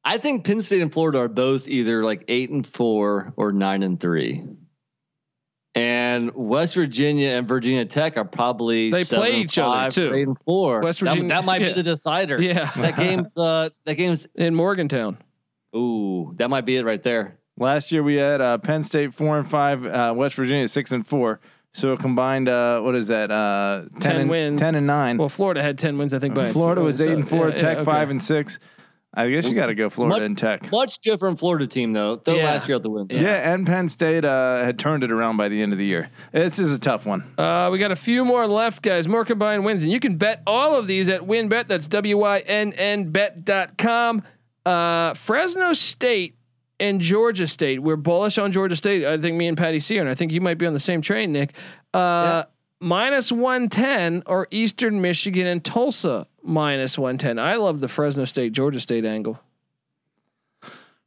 Speaker 4: I think Penn State and Florida are both either like eight and four or nine and three. And West Virginia and Virginia Tech are probably
Speaker 1: They
Speaker 4: seven
Speaker 1: play
Speaker 4: and
Speaker 1: each other,
Speaker 4: five,
Speaker 1: too.
Speaker 4: Eight and four.
Speaker 1: West
Speaker 4: That-
Speaker 1: Virginia-
Speaker 4: that, might
Speaker 1: yeah.
Speaker 4: be the decider.
Speaker 1: Yeah,
Speaker 4: That game's uh that game's
Speaker 1: in Morgantown.
Speaker 4: ooh, that might be it right there.
Speaker 3: Last year we had uh, Penn State four and five, uh, West Virginia six and four. So a combined, uh, what is that? Uh, 10,
Speaker 1: 10
Speaker 3: and,
Speaker 1: wins.
Speaker 3: Ten and nine.
Speaker 1: Well, Florida had ten wins, I think. By
Speaker 3: Florida was
Speaker 1: so-
Speaker 3: eight and four.
Speaker 1: yeah, yeah,
Speaker 3: Tech
Speaker 1: okay.
Speaker 3: five and six. I guess you got to go Florida
Speaker 4: Much-
Speaker 3: and Tech.
Speaker 4: Much different Florida team though. Though
Speaker 1: Yeah.
Speaker 4: last year at the win.
Speaker 3: Yeah. and Penn State uh, had turned it around by the end of the year. This is a tough one.
Speaker 1: Uh, we got a few more left, guys. More combined wins, and you can bet all of these at WinBet. That's W Y N N bet.com. Uh, Fresno State and Georgia State. We're bullish on Georgia State. I think me and Patty C, and I think you might be on the same train, Nick. Uh, minus 110 or Eastern Michigan and Tulsa minus 110. I love the Fresno State Georgia State angle.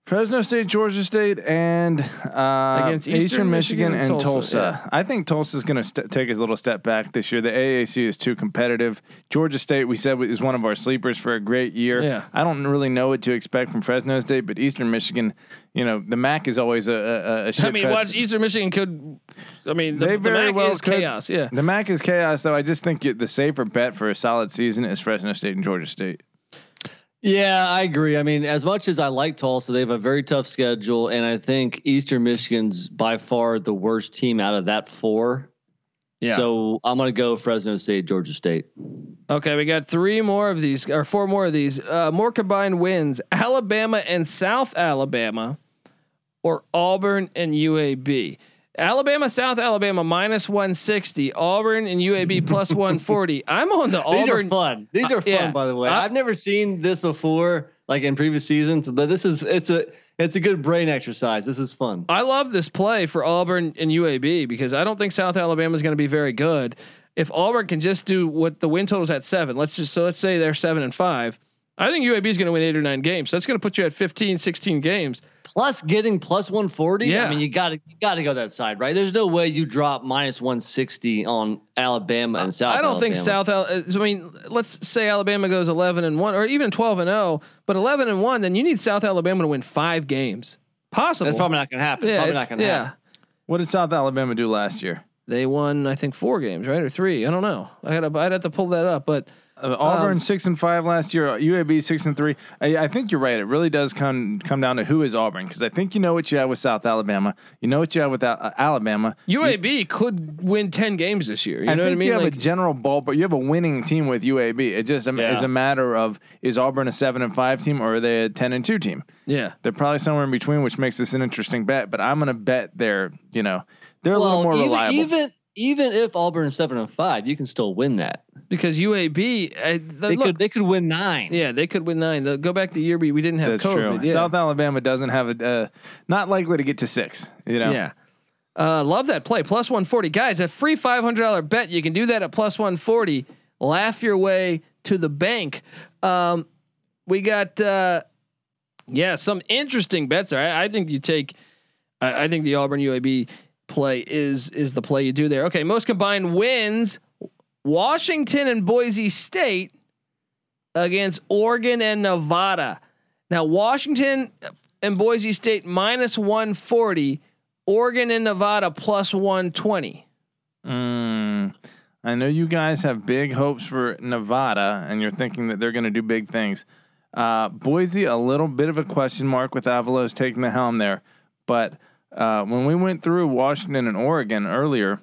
Speaker 3: Fresno State, Georgia State, and uh,
Speaker 1: Against Eastern Michigan and
Speaker 3: and
Speaker 1: Tulsa,
Speaker 3: I think Tulsa's going to st- take his little step back this year. The AAC is too competitive. Georgia State, we said, is one of our sleepers for a great year.
Speaker 1: Yeah.
Speaker 3: I don't really know what to expect from Fresno State, but Eastern Michigan, you know, the MAC is always a, a, a shit
Speaker 1: I mean,
Speaker 3: fest.
Speaker 1: watch Eastern Michigan could. I mean, the,
Speaker 3: They
Speaker 1: the
Speaker 3: very
Speaker 1: MAC
Speaker 3: well
Speaker 1: is
Speaker 3: could.
Speaker 1: chaos. Yeah.
Speaker 3: The MAC is chaos, though. I just think you- the safer bet for a solid season is Fresno State and Georgia State.
Speaker 4: Yeah, I agree. I mean, as much as I like Tulsa, they have a very tough schedule, and I think Eastern Michigan's by far the worst team out of that four.
Speaker 1: Yeah.
Speaker 4: So I'm gonna go Fresno State, Georgia State.
Speaker 1: Okay, we got three more of these, or four more of these. Uh, more combined wins: Alabama and South Alabama, or Auburn and UAB. Alabama, South Alabama minus 160. Auburn and UAB plus 140. I'm on the
Speaker 4: These
Speaker 1: Auburn. Uh,
Speaker 4: are fun. These are fun,
Speaker 1: yeah.
Speaker 4: by the way.
Speaker 1: I-
Speaker 4: I've never seen this before, like in previous seasons, but this is it's a it's a good brain exercise. This is fun.
Speaker 1: I love this play for Auburn and UAB because I don't think South Alabama is going to be very good. If Auburn can just do what the win total's at seven, let's just so let's say they're seven and five. I think UAB is going to win eight or nine games. So that's going to put you at 15, 16 games.
Speaker 4: Plus, getting plus one forty.
Speaker 1: Yeah.
Speaker 4: I mean, you got to you got to go that side, right? There's no way you drop minus one sixty on Alabama and South.
Speaker 1: I don't think
Speaker 4: Alabama.
Speaker 1: South. Al- uh, I mean, let's say Alabama goes eleven and one, or even twelve and zero, but eleven and one, then you need South Alabama to win five games. Possible.
Speaker 4: That's probably not going to happen. probably
Speaker 1: it's-
Speaker 4: not going to
Speaker 1: yeah.
Speaker 4: happen.
Speaker 3: What did South Alabama do last year?
Speaker 1: They won, I think, four games, right, or three. I don't know. I had to, I'd have to pull that up, but
Speaker 3: Uh, Auburn
Speaker 1: Um,
Speaker 3: six and five last year. uh, UAB six and three. I, I think you're right. It really does come come down to who is Auburn because I think you know what you have with South Alabama. You know what you have with Al- uh, Alabama.
Speaker 1: UAB could win ten games this year. You
Speaker 3: I
Speaker 1: know
Speaker 3: think
Speaker 1: what I mean?
Speaker 3: you have
Speaker 1: Like,
Speaker 3: a general ballpark. You have a winning team with UAB. It just um,
Speaker 4: Yeah.
Speaker 3: is a matter of is Auburn a seven and five team or are they a ten and two team?
Speaker 1: yeah,
Speaker 3: They're probably somewhere in between, which makes this an interesting bet. But I'm gonna bet they're you know they're a little more
Speaker 4: even,
Speaker 3: reliable.
Speaker 4: even even if Auburn's seven and five, you can still win that.
Speaker 1: because UAB, I, the,
Speaker 4: They
Speaker 1: look,
Speaker 4: could they could win nine.
Speaker 1: yeah, they could win nine. The, go back to year B, we didn't have
Speaker 3: That's
Speaker 1: COVID.
Speaker 3: true.
Speaker 1: Yeah.
Speaker 3: South Alabama doesn't have a uh, not likely to get to six. You know.
Speaker 1: Yeah. Uh, love that play. Plus 140. Guys, a free $500 bet. You can do that at plus 140. Laugh your way to the bank. Um, we got, uh, yeah, some interesting bets. there. I, I think you take, I, I think the Auburn UAB play is is the play you do there. Okay, most combined wins Washington and Boise State against Oregon and Nevada. Now, Washington and Boise State minus 140, Oregon and Nevada plus 120.
Speaker 3: Mm, I know you guys have big hopes for Nevada, and you're thinking that they're going to do big things. Uh, Boise, a little bit of a question mark with Avalos taking the helm there. But uh, when we went through Washington and Oregon earlier,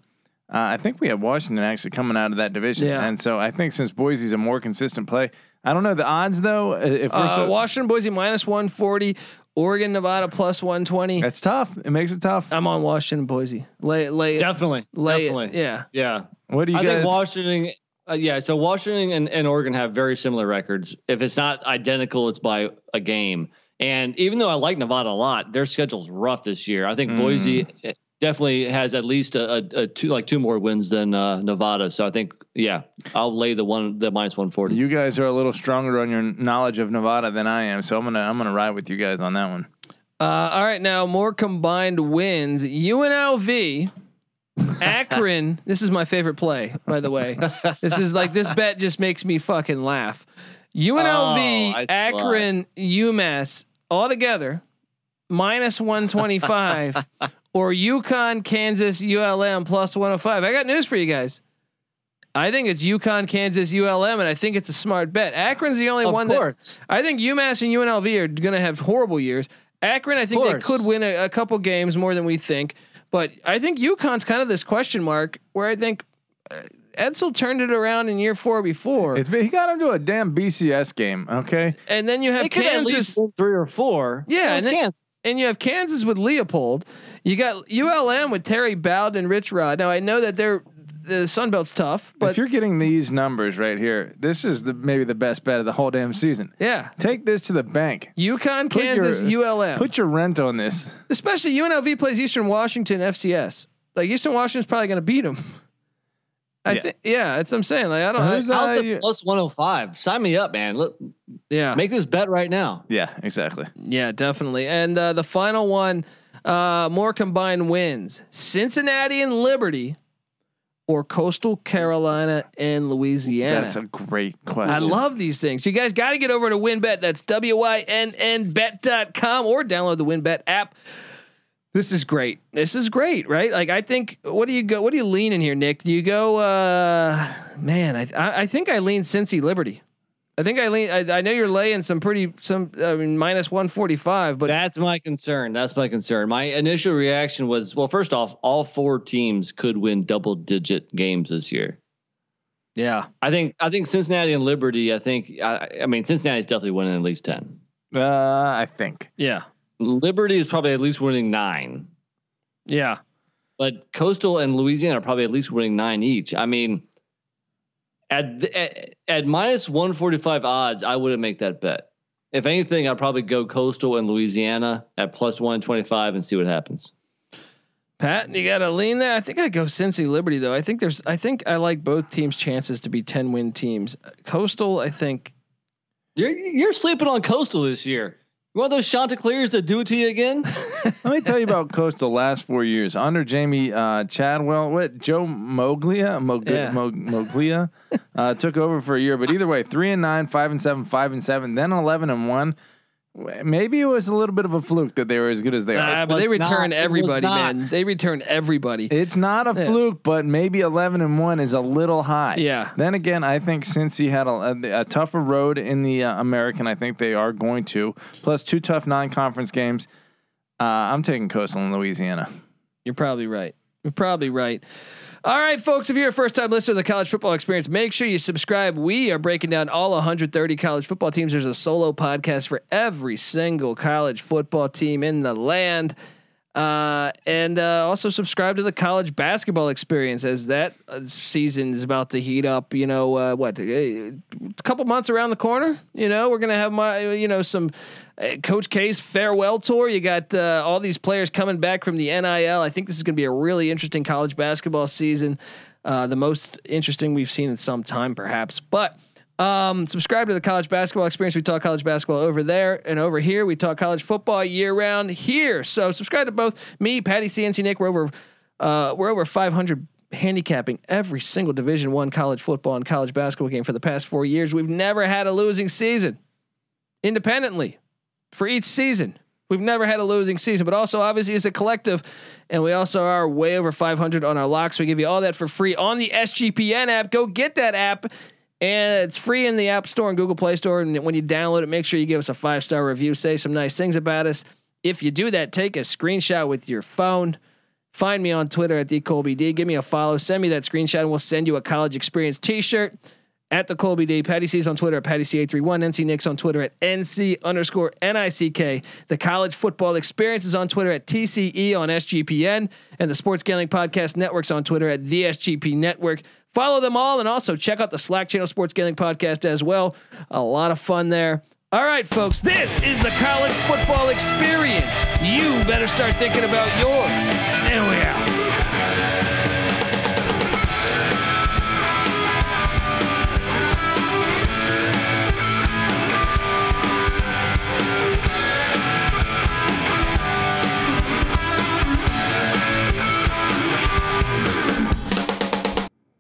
Speaker 3: uh, I think we had Washington actually coming out of that division.
Speaker 1: Yeah.
Speaker 3: And so I think since Boise's a more consistent play, I don't know the odds though. i- If we're
Speaker 1: Uh,
Speaker 3: so,
Speaker 1: Washington, Boise minus 140, Oregon, Nevada plus 120.
Speaker 3: that's tough. It makes it tough.
Speaker 1: I'm on Washington, Boise. Lay, lay,
Speaker 4: Definitely,
Speaker 1: lay,
Speaker 4: definitely.
Speaker 1: yeah.
Speaker 4: yeah.
Speaker 3: What do you
Speaker 4: I
Speaker 3: guys?
Speaker 4: think Washington. Uh, yeah, so Washington and, and Oregon have very similar records. If it's not identical, it's by a game. And even though I like Nevada a lot, their schedule's rough this year. I think
Speaker 1: Hmm.
Speaker 3: Mm.
Speaker 4: Boise eh, definitely has at least a, a, a two like two more wins than uh, Nevada. So I think yeah, I'll lay the one the minus one forty.
Speaker 3: you guys are a little stronger on your knowledge of Nevada than I am, so I'm gonna I'm gonna ride with you guys on that one.
Speaker 1: Uh, all right, now more combined wins. UNLV, Akron. this is my favorite play, by the way. This is like this bet just makes me fucking laugh. UNLV,
Speaker 4: Oh, I
Speaker 1: Akron, UMass all together minus 125 or Yukon, Kansas, ULM plus 105. I got news for you guys. I think it's Yukon, Kansas, ULM, and I think it's a smart bet. Akron's the only
Speaker 4: Of
Speaker 1: one that
Speaker 4: course,
Speaker 1: I think UMass and UNLV are going to have horrible years. Akron, I think they
Speaker 4: course.
Speaker 1: could win a, a couple games more than we think, but I think UConn's kind of this question mark where I think uh, Edsel turned it around in year four before,
Speaker 3: It's been, he got him to a damn BCS game. Okay,
Speaker 1: and then you
Speaker 4: they
Speaker 1: have
Speaker 4: could at least
Speaker 1: Kansas,
Speaker 4: win three or four.
Speaker 1: Yeah,
Speaker 4: so
Speaker 1: and
Speaker 4: it's
Speaker 1: then-
Speaker 4: Kansas.
Speaker 1: and you have Kansas with Leopold. You got ULM with Terry Bowden and Rich Rod. Now I know that they're the Sun Belt's tough,
Speaker 3: if
Speaker 1: but
Speaker 3: you're getting these numbers right here, this is the maybe the best bet of the whole damn season.
Speaker 1: yeah,
Speaker 3: Take this to the bank.
Speaker 1: UConn,
Speaker 3: Put your-
Speaker 1: Kansas, ULM.
Speaker 3: Put your rent on this.
Speaker 1: Especially UNLV plays Eastern Washington FCS. Like Eastern Washington's probably going to beat them. I
Speaker 3: Yeah.
Speaker 1: think. Yeah, that's what I'm saying. Like I don't.
Speaker 3: Who's
Speaker 1: I,
Speaker 3: that?
Speaker 4: How's
Speaker 3: Uh,
Speaker 4: the
Speaker 3: you-
Speaker 4: plus 105? Sign me up, man. Look,
Speaker 1: yeah.
Speaker 4: make this bet right now.
Speaker 3: Yeah, exactly.
Speaker 1: Yeah, definitely. And uh, the final one, uh, more combined wins: Cincinnati and Liberty, or Coastal Carolina and Louisiana.
Speaker 3: That's a great question.
Speaker 1: I love these things. You guys got to get over to WinBet. That's W-Y-N-N-Bet.com or download the WinBet app. This is great. This is great, right? Like I think what do you go what do you lean in here, Nick? Do you go uh man, I I, I think I lean Cincy Liberty. I think I lean I, I know you're laying some pretty some I mean minus 145, but
Speaker 4: That's my concern. That's my concern. My initial reaction was, well, first off, all four teams could win double digit games this year.
Speaker 1: yeah.
Speaker 4: I think I think Cincinnati and Liberty, I think I, I mean Cincinnati's definitely winning at least 10.
Speaker 3: Uh, I think
Speaker 1: Yeah.
Speaker 4: Liberty is probably at least winning 9.
Speaker 1: Yeah.
Speaker 4: But Coastal and Louisiana are probably at least winning nine each. I mean, at the, at, at minus one forty five odds, I wouldn't make that bet. If anything, I'd probably go Coastal and Louisiana at plus one twenty five and see what happens.
Speaker 1: Pat, you got to lean there. I think I go Cincy Liberty though. I think there's. I think I like both teams' chances to be ten win teams. Coastal, I think.
Speaker 4: You're you're sleeping on Coastal this year. You want those Chanticleers to do it to you again?
Speaker 3: Let me tell you about Coastal last four years under Jamie uh, Chadwell. What Joe Moglia Mog-
Speaker 1: Yeah.
Speaker 3: Mog- Moglia uh, took over for a year, but either way, three and nine, five and seven, five and seven, then eleven and one. W- Maybe it was a little bit of a fluke that they were as good as they are.
Speaker 1: Nah, but they
Speaker 4: was
Speaker 1: return
Speaker 4: not. It was
Speaker 1: everybody,
Speaker 4: not.
Speaker 1: man. They return everybody.
Speaker 3: It's not a
Speaker 1: Yeah.
Speaker 3: fluke, but maybe eleven and one is a little high.
Speaker 1: Yeah.
Speaker 3: Then again, I think since he had a, a tougher road in the uh, American, I think they are going to. Plus two tough non-conference games. Uh, I'm taking Coastal in Louisiana.
Speaker 1: You're probably right. You're probably right. All right, folks, if you're a first time listener to the college football experience, make sure you subscribe. We are breaking down all 130 college football teams. There's a solo podcast for every single college football team in the land. Uh, and uh, also subscribe to the college basketball experience as that uh, season is about to heat up. You know uh, what? A couple months around the corner. You know we're gonna have my you know some uh, Coach K's farewell tour. You got uh, all these players coming back from the NIL. I think this is gonna be a really interesting college basketball season. Uh, the most interesting we've seen in some time, perhaps. But um, subscribe to the college basketball experience. We talk college basketball over there and over here. We talk college football year round here. So subscribe to both me, Patty, CNC, Nick. We're over, uh, we're over 500 handicapping every single Division One college football and college basketball game for the past four years. We've never had a losing season independently for each season. We've never had a losing season, but also obviously as a collective, and we also are way over 500 on our locks. We give you all that for free on the SGPN app. Go get that app, and it's free in the App Store and Google Play Store. And when you download it, make sure you give us a five star review. Say some nice things about us. If you do that, take a screenshot with your phone. Find me on Twitter at the Colby D. Give me a follow. Send me that screenshot, and we'll send you a college experience T-shirt at the Colby D. Patty C's on Twitter at Patty C831. NC Nick's on Twitter at NC underscore NICK. The College Football Experience is on Twitter at TCE on SGPN. And the Sports Gambling Podcast Network's on Twitter at the SGP Network. Follow them all and also check out the Slack channel Sports Gambling Podcast as well. A lot of fun there. All right, folks, this is the College Football Experience. You better start thinking about yours. And we out.